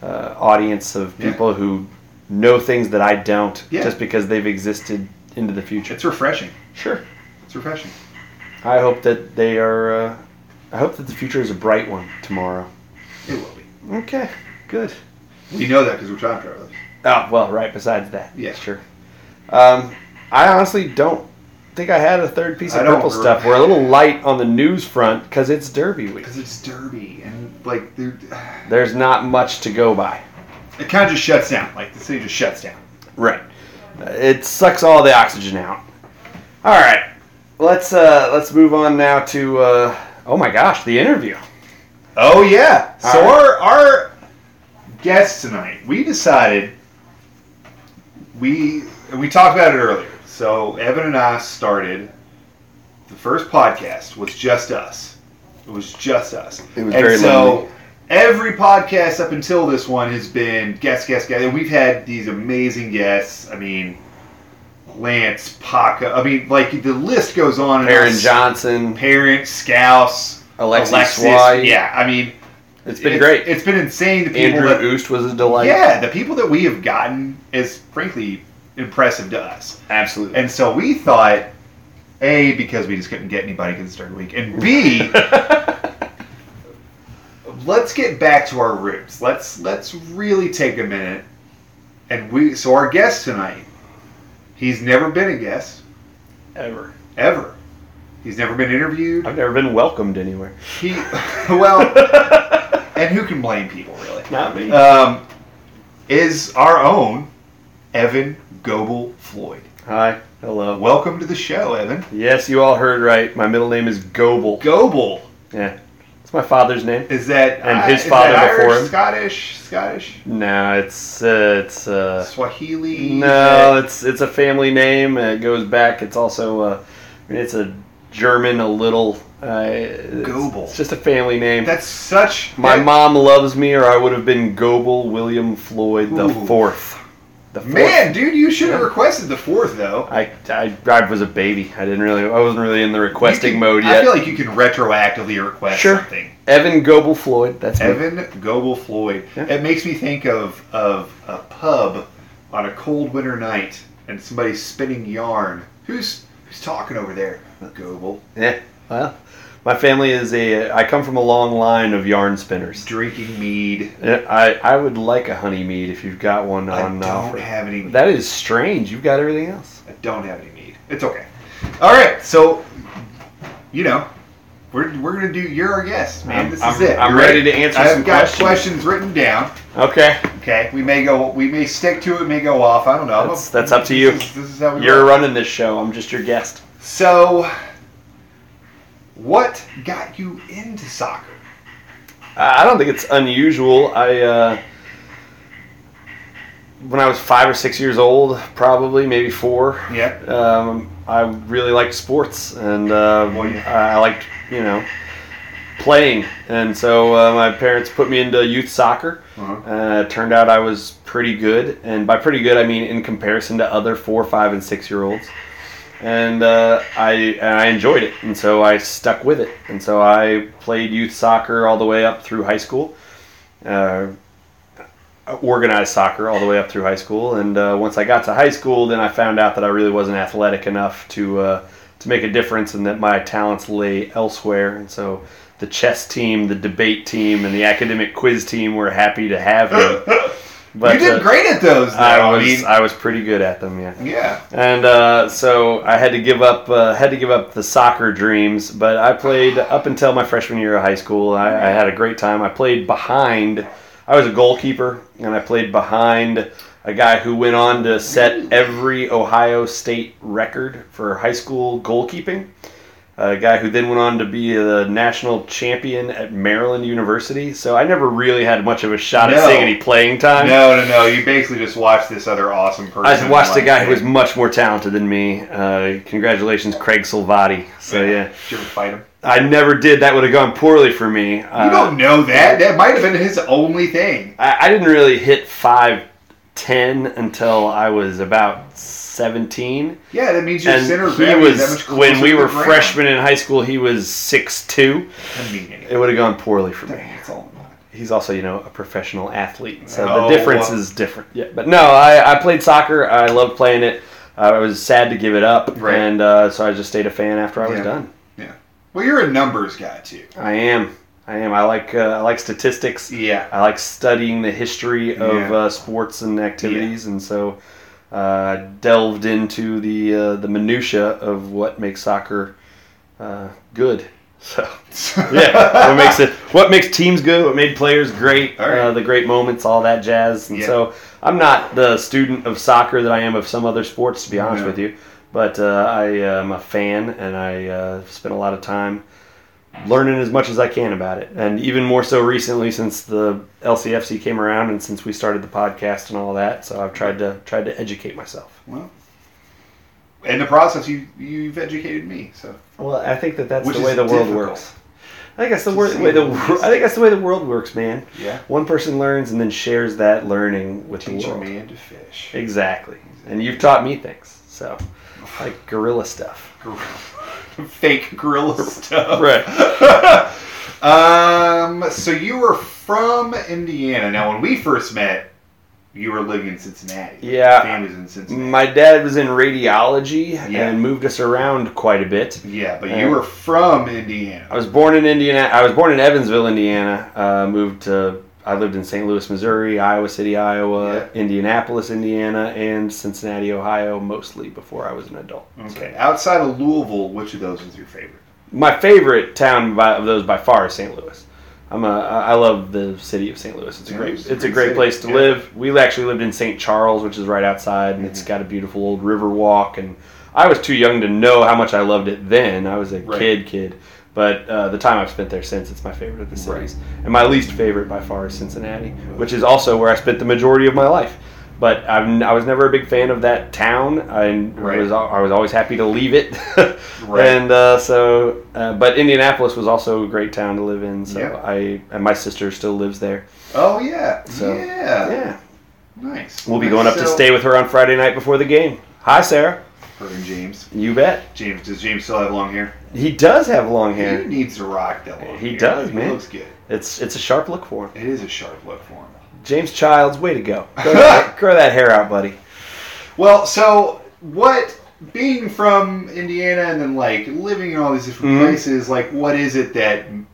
Speaker 1: uh, audience of
Speaker 2: Yeah.
Speaker 1: people who know things that I don't,
Speaker 2: Yeah.
Speaker 1: just because they've existed into the future.
Speaker 2: It's refreshing.
Speaker 1: Sure.
Speaker 2: It's refreshing.
Speaker 1: I hope that they are. Uh, I hope that the future is a bright one tomorrow.
Speaker 2: It will be.
Speaker 1: Okay. Good.
Speaker 2: We know that because we're time travelers.
Speaker 1: Oh well, right. Besides that,
Speaker 2: Yeah.
Speaker 1: sure. Um, I honestly don't think I had a third piece
Speaker 2: I
Speaker 1: of
Speaker 2: don't
Speaker 1: purple
Speaker 2: re-
Speaker 1: stuff. We're a little light on the news front because it's Derby week.
Speaker 2: Because it's derby and like dude,
Speaker 1: There's not much to go by.
Speaker 2: it kind of just shuts down. Like the city just shuts down.
Speaker 1: Right. It sucks all the oxygen out. All right. Let's uh, let's move on now to uh, oh my gosh, the interview.
Speaker 2: Oh yeah. So
Speaker 1: All right.
Speaker 2: our our guest tonight, we decided we we talked about it earlier. So Evan and I started the first podcast was just us. It was just us.
Speaker 1: It was
Speaker 2: and
Speaker 1: very
Speaker 2: so
Speaker 1: lonely.
Speaker 2: every podcast up until this one has been guest, guest, guest, and we've had these amazing guests. I mean, Lance, Paca. I mean, like the list goes on. and
Speaker 1: Aaron
Speaker 2: on.
Speaker 1: Johnson,
Speaker 2: Parent, Scouse,
Speaker 1: Alexis,
Speaker 2: Alexis.
Speaker 1: Swai.
Speaker 2: Yeah, I mean,
Speaker 1: It's been great.
Speaker 2: It's been insane. The people
Speaker 1: Andrew
Speaker 2: that,
Speaker 1: Oost was a delight.
Speaker 2: yeah, the people that we have gotten is frankly impressive to us.
Speaker 1: absolutely.
Speaker 2: And so we thought, a because we just couldn't get anybody because it's during the week, and b let's get back to our roots. Let's let's really take a minute. And we so our guest tonight, he's never been a guest
Speaker 1: Ever.
Speaker 2: ever. He's never been interviewed.
Speaker 1: I've never been welcomed anywhere.
Speaker 2: He well, and who can blame people really?
Speaker 1: Not me.
Speaker 2: um, is our own Evan Goebel Floyd.
Speaker 1: Hi. Hello.
Speaker 2: Welcome to the show, Evan.
Speaker 1: Yes, you all heard right. My middle name is Goebel.
Speaker 2: Goebel
Speaker 1: Yeah. It's my father's name.
Speaker 2: is that uh,
Speaker 1: And his
Speaker 2: is
Speaker 1: father
Speaker 2: that
Speaker 1: before
Speaker 2: Irish,
Speaker 1: him.
Speaker 2: Scottish, Scottish,
Speaker 1: No, it's uh, it's uh,
Speaker 2: Swahili.
Speaker 1: No, it's it's a family name. It goes back. It's also uh, I mean, it's a German a little. Uh, it's-
Speaker 2: Goebel.
Speaker 1: It's just a family name.
Speaker 2: that's such
Speaker 1: My
Speaker 2: that-
Speaker 1: mom loves me, or I would have been Goebel William Floyd the
Speaker 2: Ooh.
Speaker 1: fourth. The fourth.
Speaker 2: Man, dude, you should have
Speaker 1: Yeah.
Speaker 2: requested the fourth though.
Speaker 1: I, I I was a baby. I didn't really. I wasn't really in the requesting
Speaker 2: You can-
Speaker 1: mode
Speaker 2: I
Speaker 1: yet.
Speaker 2: feel like you can retroactively request
Speaker 1: Sure.
Speaker 2: something.
Speaker 1: Evan Goebel Floyd. That's me.
Speaker 2: Evan Goebel Floyd.
Speaker 1: Yeah.
Speaker 2: It makes me think of of a pub on a cold winter night and somebody spinning yarn. Who's who's talking over there? Goebel.
Speaker 1: Yeah. Well, my family is a. I come from a long line of yarn spinners.
Speaker 2: Drinking mead.
Speaker 1: Yeah, I I would like a honey mead if you've got one
Speaker 2: I
Speaker 1: on uh,
Speaker 2: don't
Speaker 1: offer.
Speaker 2: have any mead.
Speaker 1: That is strange. You've got everything else.
Speaker 2: I don't have any mead. It's okay. All right, so you know, We're, we're gonna do. You're our guest, man.
Speaker 1: I'm-
Speaker 2: this
Speaker 1: I'm-
Speaker 2: is it.
Speaker 1: I'm
Speaker 2: You're
Speaker 1: ready to answer
Speaker 2: I've
Speaker 1: some
Speaker 2: got
Speaker 1: questions.
Speaker 2: written down.
Speaker 1: Okay.
Speaker 2: Okay, we may go. We may stick to it. May go off. I don't know.
Speaker 1: That's- that's up to you.
Speaker 2: This is, this is how we
Speaker 1: You're
Speaker 2: roll.
Speaker 1: running this show. I'm just your guest.
Speaker 2: So, what got you into soccer?
Speaker 1: I I don't think it's unusual. I uh, when I was five or six years old, probably maybe four.
Speaker 2: Yeah.
Speaker 1: Um, I really liked sports, and uh,
Speaker 2: Well, yeah.
Speaker 1: I I liked you know playing, and so uh, my parents put me into youth soccer.
Speaker 2: Uh-huh.
Speaker 1: Uh, it turned out I was pretty good, and by pretty good I mean in comparison to other four, five, and six year olds. And uh, I and I enjoyed it, and so I stuck with it, and so I played youth soccer all the way up through high school. Uh, organized soccer all the way up through high school, and uh, once I got to high school, then I found out that I really wasn't athletic enough to uh, to make a difference, and that my talents lay elsewhere, and so the chess team, the debate team, and the academic quiz team were happy to have me. But
Speaker 2: you did
Speaker 1: uh,
Speaker 2: great at those. Though.
Speaker 1: I
Speaker 2: I,
Speaker 1: was
Speaker 2: mean,
Speaker 1: I was pretty good at them, yeah.
Speaker 2: yeah.
Speaker 1: And uh, so I had to give up uh, had to give up the soccer dreams, but I played up until my freshman year of high school. I, I had a great time. I played behind. I was a goalkeeper, and I played behind a guy who went on to set every Ohio State record for high school goalkeeping. A guy who then went on to be the national champion at Maryland University. So I never really had much of a shot at
Speaker 2: No.
Speaker 1: seeing any playing time.
Speaker 2: No, no, no. You basically just watched this other awesome person.
Speaker 1: I just watched a
Speaker 2: like,
Speaker 1: guy who was much more talented than me. Uh, congratulations, Craig Silvati. So yeah,
Speaker 2: Did you ever fight him?
Speaker 1: I never did. That would have gone poorly for me. Uh,
Speaker 2: you don't know that. That might have been his only thing.
Speaker 1: I, I didn't really hit five ten until I was about seventeen.
Speaker 2: Yeah, that means your center of
Speaker 1: he
Speaker 2: gravity is that
Speaker 1: was
Speaker 2: much closer
Speaker 1: when we
Speaker 2: to the
Speaker 1: were
Speaker 2: ground.
Speaker 1: freshmen in high school. He was six two.
Speaker 2: Doesn't mean anything.
Speaker 1: It would have gone poorly for me.
Speaker 2: That's all.
Speaker 1: he's also you know a professional athlete so
Speaker 2: Oh,
Speaker 1: the difference
Speaker 2: wow.
Speaker 1: is different yeah but no i, I played soccer i loved playing it i was sad to give it up
Speaker 2: Right.
Speaker 1: and uh, so i just stayed a fan after i was
Speaker 2: Yeah.
Speaker 1: done
Speaker 2: Well, you're a numbers guy too.
Speaker 1: i am i am i like uh, i like statistics
Speaker 2: Yeah.
Speaker 1: i like studying the history of
Speaker 2: Yeah.
Speaker 1: uh, sports and activities and so uh, I delved into the uh, the minutia of what makes soccer uh, good so yeah, what makes it? What makes teams good? What made players great?
Speaker 2: All right.
Speaker 1: Uh, the great moments, all that jazz. And
Speaker 2: Yeah.
Speaker 1: so I'm not the student of soccer that I am of some other sports, to be honest
Speaker 2: No.
Speaker 1: with you. But uh, I am a fan, and I uh, spend a lot of time learning as much as I can about it, and even more so recently since the LCFC came around and since we started the podcast and all that. So I've tried to tried to educate myself.
Speaker 2: Well, in the process, you you've educated me. So
Speaker 1: Well, I think that that's
Speaker 2: Which
Speaker 1: the
Speaker 2: is
Speaker 1: way the world
Speaker 2: difficult.
Speaker 1: works. I think that's the
Speaker 2: To
Speaker 1: wor-
Speaker 2: say
Speaker 1: way the
Speaker 2: the
Speaker 1: wor-
Speaker 2: least.
Speaker 1: I think that's the way the world works, man.
Speaker 2: yeah,
Speaker 1: One person learns and then shares that learning with
Speaker 2: teach
Speaker 1: the
Speaker 2: a
Speaker 1: world.
Speaker 2: man to fish.
Speaker 1: Exactly. And you've taught me things. So, like gorilla stuff.
Speaker 2: Fake gorilla stuff.
Speaker 1: Right.
Speaker 2: um. So you were from Indiana. Now, when we first met, you were living in Cincinnati.
Speaker 1: Yeah.
Speaker 2: Family's in Cincinnati.
Speaker 1: My dad was in radiology
Speaker 2: Yeah.
Speaker 1: and moved us around quite a bit.
Speaker 2: yeah, but
Speaker 1: Uh,
Speaker 2: you were from
Speaker 1: I
Speaker 2: Indiana.
Speaker 1: was born in Indiana. I was born in Evansville, Indiana. Uh, moved to. I lived in St. Louis, Missouri, Iowa City, Iowa, Indianapolis, Indiana, and Cincinnati, Ohio, mostly before I was an adult.
Speaker 2: Okay. Outside of Louisville, which of those was your favorite?
Speaker 1: my favorite town by, of those by far is St. Louis. I'm a, I I love the city of St. Louis. It's a
Speaker 2: Yeah,
Speaker 1: great,
Speaker 2: it's
Speaker 1: it's,
Speaker 2: a
Speaker 1: a
Speaker 2: great
Speaker 1: great
Speaker 2: city,
Speaker 1: place to
Speaker 2: yeah.
Speaker 1: live. We actually lived in St. Charles, which is right outside, and
Speaker 2: Mm-hmm.
Speaker 1: it's got a beautiful old river walk. And I was too young to know how much I loved it then. I was a
Speaker 2: Right.
Speaker 1: kid, kid. But uh, the time I've spent there since, it's my favorite of the cities, and my least favorite by far is Cincinnati, which is also where I spent the majority of my life. But I'm, I was never a big fan of that town. I
Speaker 2: Right.
Speaker 1: was al- I was always happy to leave it.
Speaker 2: Right.
Speaker 1: And uh, so, uh, but Indianapolis was also a great town to live in. So
Speaker 2: Yeah.
Speaker 1: I and my sister still lives there.
Speaker 2: Oh yeah.
Speaker 1: So,
Speaker 2: yeah.
Speaker 1: yeah,
Speaker 2: Nice.
Speaker 1: we'll be going up to
Speaker 2: So-
Speaker 1: stay with her on Friday night before the game. Hi, Sarah.
Speaker 2: Her and James.
Speaker 1: You bet.
Speaker 2: James does James still have long hair?
Speaker 1: He does have long
Speaker 2: He
Speaker 1: hair.
Speaker 2: needs to rock that long.
Speaker 1: He
Speaker 2: hair.
Speaker 1: does, man.
Speaker 2: He looks good.
Speaker 1: It's it's a sharp look for him.
Speaker 2: It is a sharp look for him.
Speaker 1: James Childs, way to go. Grow that, grow that hair out, buddy.
Speaker 2: Well, so what? Being from Indiana and then like living in all these different
Speaker 1: Mhm.
Speaker 2: places, like what is it that m-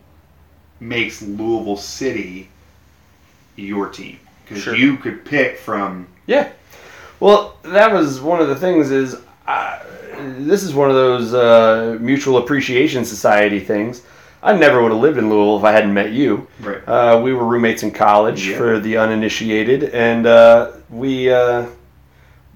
Speaker 2: makes Louisville City your team? Because
Speaker 1: Sure.
Speaker 2: you could pick from
Speaker 1: Yeah. Well, that was one of the things. Is uh, this is one of those uh, mutual appreciation society things I never would have lived in Louisville if I hadn't met you.
Speaker 2: Right.
Speaker 1: Uh, we were roommates in college
Speaker 2: Yeah.
Speaker 1: for the uninitiated, and uh, we uh,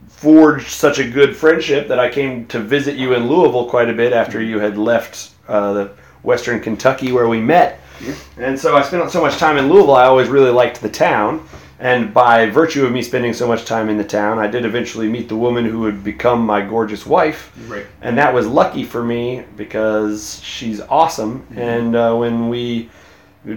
Speaker 1: forged such a good friendship that I came to visit you in Louisville quite a bit after you had left uh, the Western Kentucky where we met.
Speaker 2: Yeah.
Speaker 1: And so I spent so much time in Louisville, I always really liked the town. And by virtue of me spending so much time in the town, I did eventually meet the woman who would become my gorgeous wife.
Speaker 2: Right.
Speaker 1: And that was lucky for me because she's awesome. And uh, when we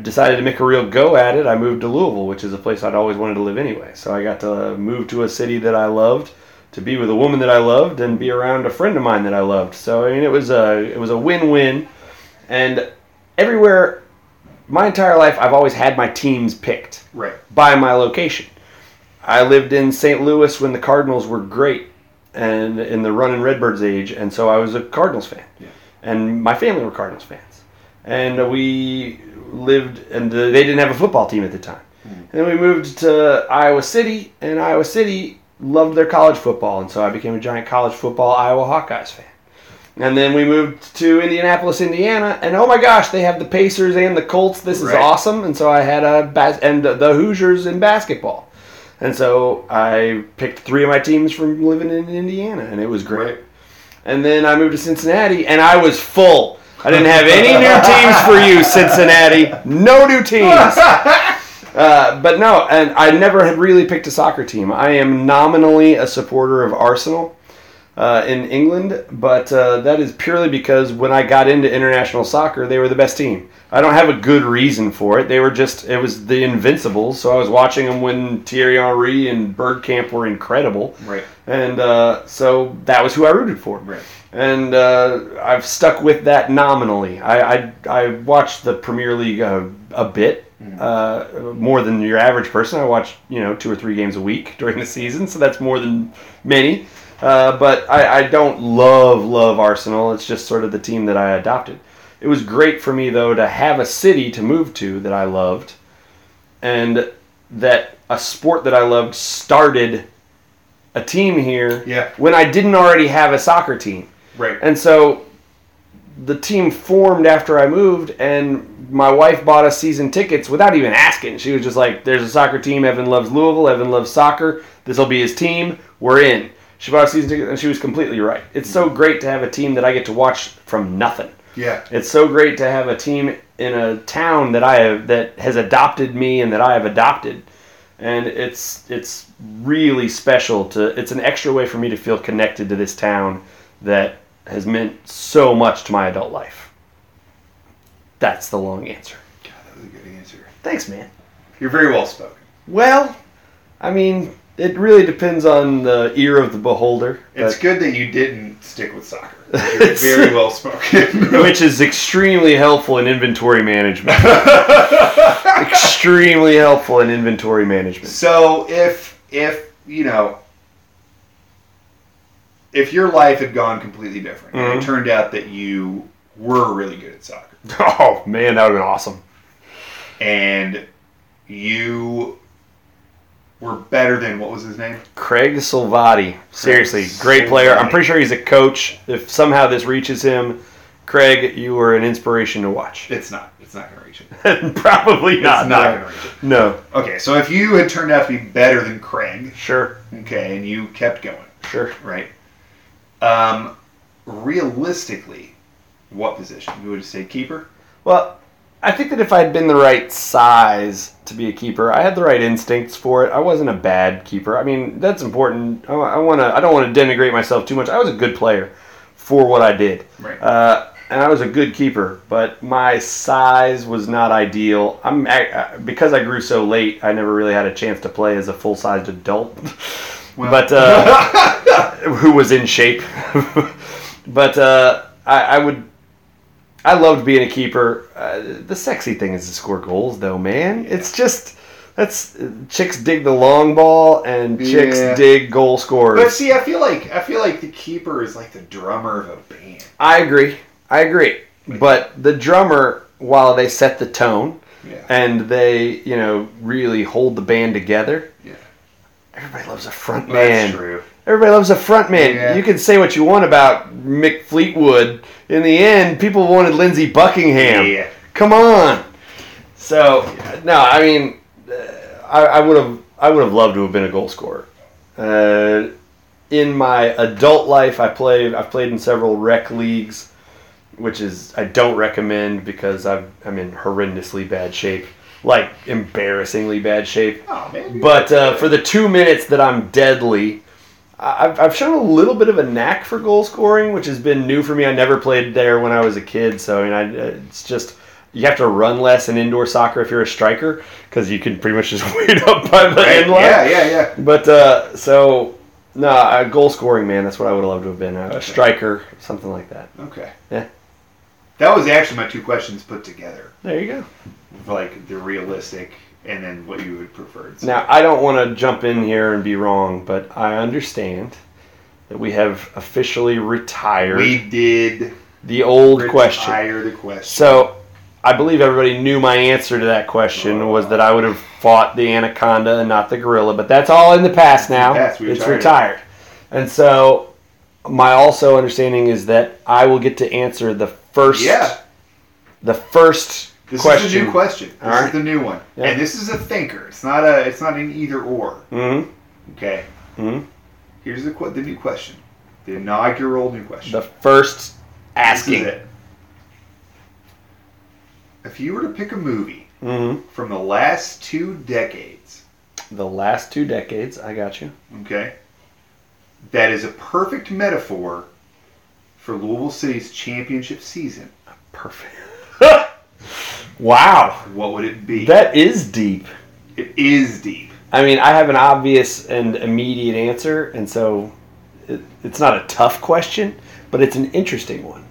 Speaker 1: decided to make a real go at it, I moved to Louisville, which is a place I'd always wanted to live anyway. So I got to move to a city that I loved, to be with a woman that I loved, and be around a friend of mine that I loved. So I mean, it was a it was a win win. And everywhere, my entire life, I've always had my teams picked
Speaker 2: Right.
Speaker 1: by my location. I lived in St. Louis when the Cardinals were great and in the run and Redbirds age, and so I was a Cardinals fan.
Speaker 2: Yeah.
Speaker 1: And my family were Cardinals fans. And we lived, and uh, they didn't have a football team at the time.
Speaker 2: Hmm.
Speaker 1: And then we moved to Iowa City, and Iowa City loved their college football, and so I became a giant college football Iowa Hawkeyes fan. And then we moved to Indianapolis, Indiana, and oh my gosh, they have the Pacers and the Colts. This is
Speaker 2: Right.
Speaker 1: awesome. And so I had a bas- and the Hoosiers in basketball. And so I picked three of my teams from living in Indiana, and it was great.
Speaker 2: Right.
Speaker 1: And then I moved to Cincinnati, and I was full. I didn't have any new teams for you, Cincinnati. No new teams. Uh, but no, and I never had really picked a soccer team. I am nominally a supporter of Arsenal uh, in England, but uh, that is purely because when I got into international soccer, they were the best team. I don't have a good reason for it. They were just, it was the Invincibles, so I was watching them when Thierry Henry and Bergkamp were incredible.
Speaker 2: Right.
Speaker 1: And uh, so that was who I rooted for
Speaker 2: Right.
Speaker 1: and uh, I've stuck with that nominally. I I, I watched the Premier League uh, a bit uh, more than your average person. I watch you know two or three games a week during the season, so that's more than many. Uh, but I, I don't love love Arsenal. It's just sort of the team that I adopted. It was great for me though to have a city to move to that I loved, and that a sport that I loved started a team here
Speaker 2: Yeah.
Speaker 1: when I didn't already have a soccer team.
Speaker 2: Right.
Speaker 1: And so the team formed after I moved, and my wife bought us season tickets without even asking. She was just like, There's a soccer team. Evan loves Louisville. Evan loves soccer. This will be his team. We're in. She bought us season tickets, and she was completely right. It's so great to have a team that I get to watch from nothing.
Speaker 2: Yeah.
Speaker 1: It's so great to have a team in a town that I have that has adopted me and that I have adopted. And it's it's really special to it's an extra way for me to feel connected to this town that has meant so much to my adult life. That's the long answer.
Speaker 2: God, that was a good answer.
Speaker 1: Thanks, man.
Speaker 2: You're very well spoken.
Speaker 1: Well, I mean, it really depends on the ear of the beholder,
Speaker 2: It's
Speaker 1: but-
Speaker 2: good that you didn't stick with soccer. You're very well spoken.
Speaker 1: which is extremely helpful in inventory management. extremely helpful in inventory management.
Speaker 2: so if if you know if your life had gone completely different, and
Speaker 1: Mhm.
Speaker 2: it turned out that you were really good at soccer,
Speaker 1: Oh man, that would have been awesome.
Speaker 2: and you were better than what was his name?
Speaker 1: Craig Silvati, seriously,
Speaker 2: Craig
Speaker 1: great player. I'm
Speaker 2: Silvati.
Speaker 1: pretty sure he's a coach. If somehow this reaches him, Craig, you were an inspiration to watch.
Speaker 2: It's not. It's not gonna reach it. It's
Speaker 1: Probably not.
Speaker 2: not
Speaker 1: no.
Speaker 2: gonna reach it.
Speaker 1: No,
Speaker 2: Okay, so if you had turned out to be better than Craig,
Speaker 1: sure,
Speaker 2: okay, and you kept going,
Speaker 1: sure.
Speaker 2: right? Um, realistically, what position? You would say keeper?
Speaker 1: Well, I think that if I had been the right size to be a keeper, I had the right instincts for it. I wasn't a bad keeper. I mean, that's important. I, I want to. I don't want to denigrate myself too much. I was a good player for what I did,
Speaker 2: Right.
Speaker 1: uh, and I was a good keeper. But my size was not ideal. I'm I, I- because I grew so late. I never really had a chance to play as a full-sized adult.
Speaker 2: Well-
Speaker 1: but uh, who was in shape? but uh, I, I would I loved being a keeper. Uh, the sexy thing is to score goals, though, man. It's just that's chicks dig the long ball and chicks
Speaker 2: Yeah.
Speaker 1: dig goal
Speaker 2: But
Speaker 1: scorers.
Speaker 2: see, I feel like I feel like the keeper is like the drummer of a band.
Speaker 1: I agree. I agree. But the drummer, while they set the tone
Speaker 2: Yeah.
Speaker 1: and they, you know, really hold the band together,
Speaker 2: yeah.
Speaker 1: everybody loves a front man.
Speaker 2: That's true.
Speaker 1: Everybody loves a front man.
Speaker 2: Yeah.
Speaker 1: You can say what you want about Mick Fleetwood. In the end, people wanted Lindsey Buckingham.
Speaker 2: Yeah.
Speaker 1: Come on. So no, I mean, uh, I, I would have I would have loved to have been a goal scorer. Uh, in my adult life, I played I've played in several rec leagues, which is I don't recommend because I'm I'm in horrendously bad shape, like embarrassingly bad shape.
Speaker 2: Oh man.
Speaker 1: But uh, for the two minutes that I'm deadly, I- I've, I've shown a little bit of a knack for goal scoring, which has been new for me. I never played there when I was a kid, so I mean, I, it's just you have to run less in indoor soccer if you're a striker because you can pretty much just wait up by the
Speaker 2: Right?
Speaker 1: end line.
Speaker 2: Yeah, yeah, yeah.
Speaker 1: But uh, so no, nah, uh, goal scoring man. That's what I would have loved to have been a striker, something like that.
Speaker 2: Okay.
Speaker 1: Yeah.
Speaker 2: That was actually my two questions put together,
Speaker 1: There you go.
Speaker 2: like the realistic and then what you would prefer. So-
Speaker 1: Now, I don't want to jump in here and be wrong, but I understand that we have officially retired
Speaker 2: we did
Speaker 1: the old
Speaker 2: retire
Speaker 1: question.
Speaker 2: the question.
Speaker 1: So, I believe everybody knew my answer to that question
Speaker 2: uh,
Speaker 1: was that I would have fought the anaconda and not the gorilla, but that's all in the past now.
Speaker 2: past. We
Speaker 1: it's
Speaker 2: retired it.
Speaker 1: retired. And so, my also understanding is that I will get to answer the first
Speaker 2: yeah,
Speaker 1: the first
Speaker 2: this
Speaker 1: question.
Speaker 2: is the new question. This
Speaker 1: All right.
Speaker 2: is the new one,
Speaker 1: Yeah.
Speaker 2: and this is a thinker. It's not a. It's not an either or.
Speaker 1: Mhm.
Speaker 2: Okay.
Speaker 1: Mhm.
Speaker 2: Here's the que- the new question, the inaugural new question.
Speaker 1: The first
Speaker 2: This is
Speaker 1: asking.
Speaker 2: it. If you were to pick a movie
Speaker 1: Mhm.
Speaker 2: from the last two decades,
Speaker 1: The last two decades. I got you.
Speaker 2: okay, that is a perfect metaphor for Louisville City's championship season,
Speaker 1: Perfect. wow.
Speaker 2: what would it be?
Speaker 1: That is deep.
Speaker 2: it is deep.
Speaker 1: I mean, I have an obvious and immediate answer, and so it, it's not a tough question, but it's an interesting one.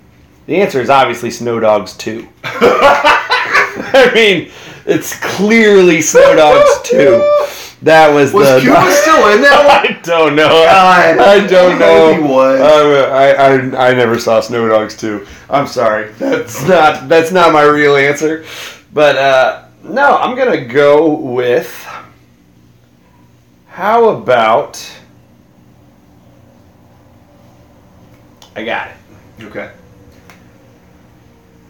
Speaker 1: The answer is obviously Snow Dogs 2. I mean, it's clearly Snow Dogs 2. That was,
Speaker 2: Was
Speaker 1: the.
Speaker 2: Cuba still in that one?
Speaker 1: I don't know. I,
Speaker 2: God,
Speaker 1: I don't
Speaker 2: I hope
Speaker 1: know.
Speaker 2: he was.
Speaker 1: Uh, I, I, I never saw Snow Dogs 2. I'm sorry. That's not that's not my real answer. But uh, no, I'm gonna go with. How about? I got it.
Speaker 2: Okay.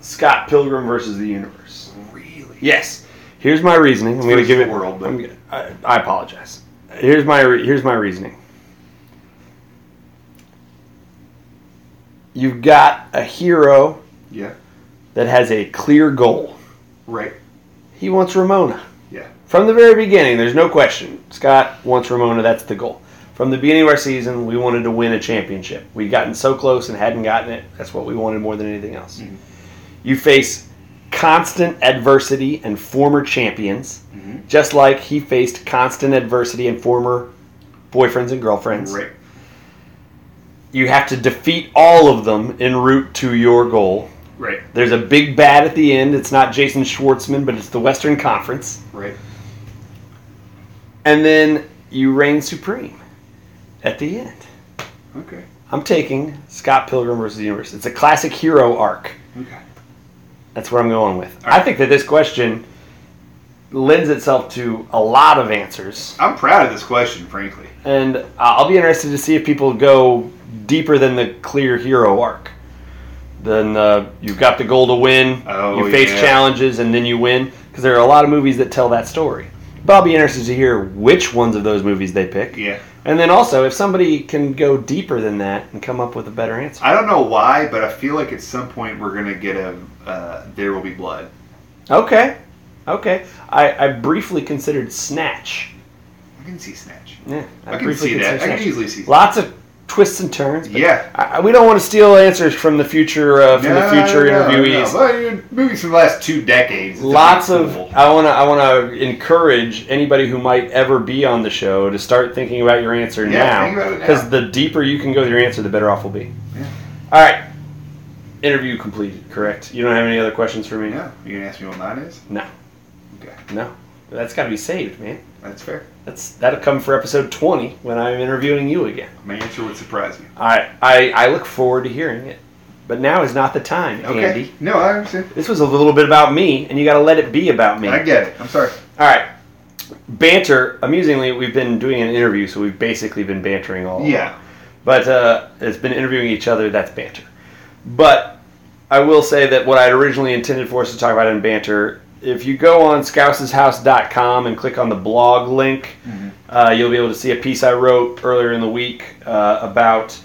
Speaker 1: Scott Pilgrim versus the Universe.
Speaker 2: Really?
Speaker 1: Yes. Here's my reasoning. I'm going to
Speaker 2: Versus
Speaker 1: give
Speaker 2: the
Speaker 1: it.
Speaker 2: world, but-
Speaker 1: I'm g- I, I apologize. Here's my re- here's my reasoning. You've got a hero
Speaker 2: Yeah.
Speaker 1: that has a clear goal.
Speaker 2: Right.
Speaker 1: He wants Ramona.
Speaker 2: Yeah.
Speaker 1: From the very beginning, there's no question. Scott wants Ramona. That's the goal. From the beginning of our season, we wanted to win a championship. We'd gotten so close and hadn't gotten it. That's what we wanted more than anything else.
Speaker 2: Mhm.
Speaker 1: You face constant adversity and former champions,
Speaker 2: Mhm.
Speaker 1: just like he faced constant adversity and former boyfriends and girlfriends.
Speaker 2: Right.
Speaker 1: You have to defeat all of them en route to your goal.
Speaker 2: Right.
Speaker 1: There's a big bad at the end. It's not Jason Schwartzman, but it's the Western Conference.
Speaker 2: Right.
Speaker 1: and then you reign supreme at the end.
Speaker 2: Okay.
Speaker 1: I'm taking Scott Pilgrim versus the Universe. It's a classic hero arc.
Speaker 2: Okay.
Speaker 1: That's what I'm going with. I think that this question lends itself to a lot of answers,
Speaker 2: I'm proud of this question, frankly.
Speaker 1: and I- I'll be interested to see if people go deeper than the clear hero arc. Then uh, you've got the goal to win.
Speaker 2: Oh,
Speaker 1: you face
Speaker 2: yeah.
Speaker 1: challenges and then you win because there are a lot of movies that tell that story. But I'll be interested to hear which ones of those movies they pick.
Speaker 2: Yeah.
Speaker 1: And then also, if somebody can go deeper than that and come up with a better answer,
Speaker 2: I don't know why, but I feel like at some point we're gonna get a uh, "There Will Be Blood."
Speaker 1: okay, okay. I, I briefly considered Snatch.
Speaker 2: I can see Snatch.
Speaker 1: Yeah,
Speaker 2: I, can see that. I
Speaker 1: considered
Speaker 2: can easily see. Snatch.
Speaker 1: Lots of twists and turns. but
Speaker 2: Yeah.
Speaker 1: I, I- we don't want to steal answers from the future uh, from the
Speaker 2: No,
Speaker 1: future
Speaker 2: no, no.
Speaker 1: interviewees.
Speaker 2: Well, your movies from the last two decades. it's a big
Speaker 1: Lots of
Speaker 2: pool.
Speaker 1: I want to I want to encourage anybody who might ever be on the show to start thinking about your answer
Speaker 2: Yeah, think
Speaker 1: now
Speaker 2: about it now.
Speaker 1: because the deeper you can go with your answer, the better off we'll be.
Speaker 2: Yeah.
Speaker 1: All right, interview completed. Correct. You don't have any other questions for me?
Speaker 2: Yeah. You gonna ask me what mine is?
Speaker 1: No.
Speaker 2: Okay.
Speaker 1: No. That's got to be saved, man.
Speaker 2: That's fair.
Speaker 1: That's that'll come for episode 20 when I'm interviewing you again.
Speaker 2: My answer would surprise me.
Speaker 1: I I, I look forward to hearing it. But now is not the time,
Speaker 2: Okay.
Speaker 1: Andy.
Speaker 2: No, I understand.
Speaker 1: This was a little bit about me, and you got to let it be about me.
Speaker 2: I get it. I'm sorry.
Speaker 1: All right. Banter. Amusingly, we've been doing an interview, so we've basically been Oh. bantering all. along.
Speaker 2: Yeah.
Speaker 1: But uh, it's been interviewing each other. That's banter. But I will say that what I had originally intended for us to talk about in banter, if you go on scouseshouse.com and click on the blog link,
Speaker 2: Mm-hmm.
Speaker 1: uh, you'll be able to see a piece I wrote earlier in the week uh, about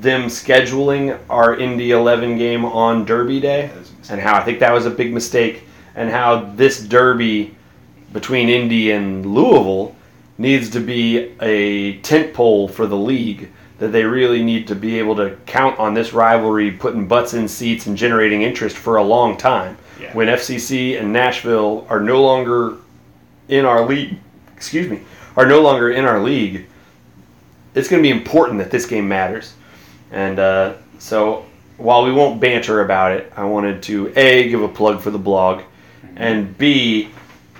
Speaker 1: them scheduling our Indy 11 game on Derby Day
Speaker 2: That was a mistake.
Speaker 1: and how I think that was a big mistake and how this Derby between Indy and Louisville needs to be a tent pole for the league. That they really need to be able to count on this rivalry, putting butts in seats and generating interest for a long time.
Speaker 2: Yeah.
Speaker 1: When FCC and Nashville are no longer in our league, excuse me, are no longer in our league, it's going to be important that this game matters. And uh, so, while we won't banter about it, I wanted to a give a plug for the blog, and b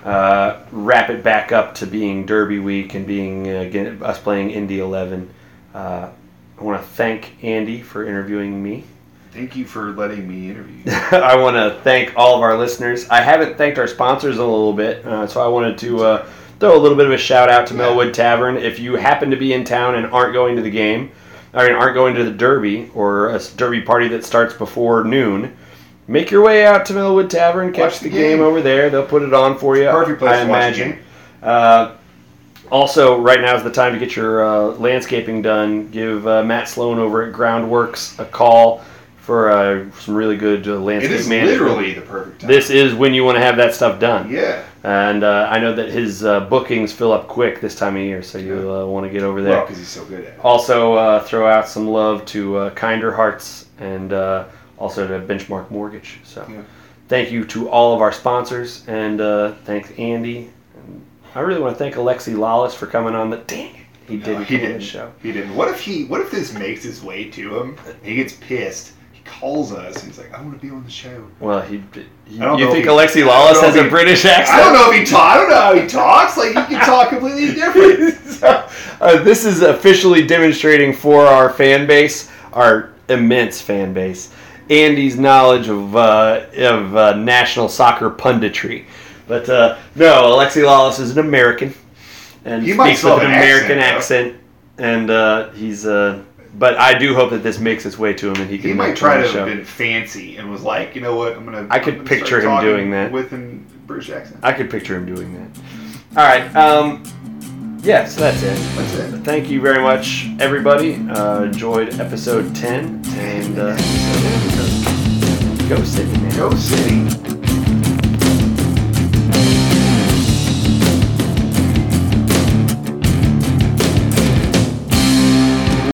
Speaker 1: uh, wrap it back up to being Derby Week and being uh, again, us playing Indy Eleven. Uh, I want to thank Andy for interviewing me.
Speaker 2: Thank you for letting me interview you.
Speaker 1: I want to thank all of our listeners. I haven't thanked our sponsors in a little bit, uh, so I wanted to uh, throw a little bit of a shout out to
Speaker 2: Yeah.
Speaker 1: Melwood Tavern. If you happen to be in town and aren't going to the game, I mean, aren't going to the Derby or a s- Derby party that starts before noon, make your way out to Melwood Tavern, catch
Speaker 2: Watch
Speaker 1: the,
Speaker 2: the
Speaker 1: game.
Speaker 2: game.
Speaker 1: over there. They'll put it on for you.
Speaker 2: Perfect place
Speaker 1: I
Speaker 2: to watch a
Speaker 1: imagine.
Speaker 2: game.
Speaker 1: Uh, also, right now is the time to get your uh, landscaping done. Give uh, Matt Sloan over at Groundworks a call for uh, some really good uh,
Speaker 2: It
Speaker 1: landscape
Speaker 2: is
Speaker 1: management.
Speaker 2: literally the perfect time.
Speaker 1: This is when you want to have that stuff done.
Speaker 2: yeah.
Speaker 1: And uh, I know that his uh, bookings fill up quick this time of year, so you uh, want to get over there.
Speaker 2: Well, because he's so good at it.
Speaker 1: Also, uh, throw out some love to uh, Kinder Hearts and uh, also to Benchmark Mortgage. So,
Speaker 2: Yeah.
Speaker 1: thank you to all of our sponsors, and uh, thanks Andy. And I really want to thank Alexi Lawless for coming on the. Dang it, he
Speaker 2: No,
Speaker 1: didn't
Speaker 2: he
Speaker 1: come on
Speaker 2: didn't.
Speaker 1: the show.
Speaker 2: He didn't. What if he? What if this makes its way to him? He gets pissed. He calls us. and He's like, "I want to be on the show."
Speaker 1: Well, he. he
Speaker 2: I don't
Speaker 1: you
Speaker 2: know if
Speaker 1: think
Speaker 2: he- I
Speaker 1: Alexi
Speaker 2: don't
Speaker 1: Lawless
Speaker 2: know if
Speaker 1: has a
Speaker 2: he-
Speaker 1: British accent?
Speaker 2: I don't know if he talks. I don't know how he talks. Like he can talk completely different.
Speaker 1: so, uh, this is officially demonstrating for our fan base, our immense fan base, Andy's knowledge of uh, of uh, national soccer punditry. But uh, no, Alexi Lawless is an American and
Speaker 2: He might
Speaker 1: speaks
Speaker 2: still
Speaker 1: with an
Speaker 2: have an
Speaker 1: American
Speaker 2: accent,
Speaker 1: accent, and uh, he's. Uh, but I do hope that this makes its way to him and he can.
Speaker 2: He
Speaker 1: make
Speaker 2: might
Speaker 1: it on
Speaker 2: try to
Speaker 1: the
Speaker 2: have
Speaker 1: show.
Speaker 2: been fancy and was like, "You know what? I'm gonna."
Speaker 1: I could
Speaker 2: I'm gonna
Speaker 1: picture
Speaker 2: start
Speaker 1: him
Speaker 2: talking
Speaker 1: doing that.
Speaker 2: with an British accent.
Speaker 1: I could picture him doing that. All right. Um, yeah. So that's it.
Speaker 2: That's it.
Speaker 1: Thank you very much, everybody. Uh, enjoyed episode 10. And uh, go, Sydney, man.
Speaker 2: Go City.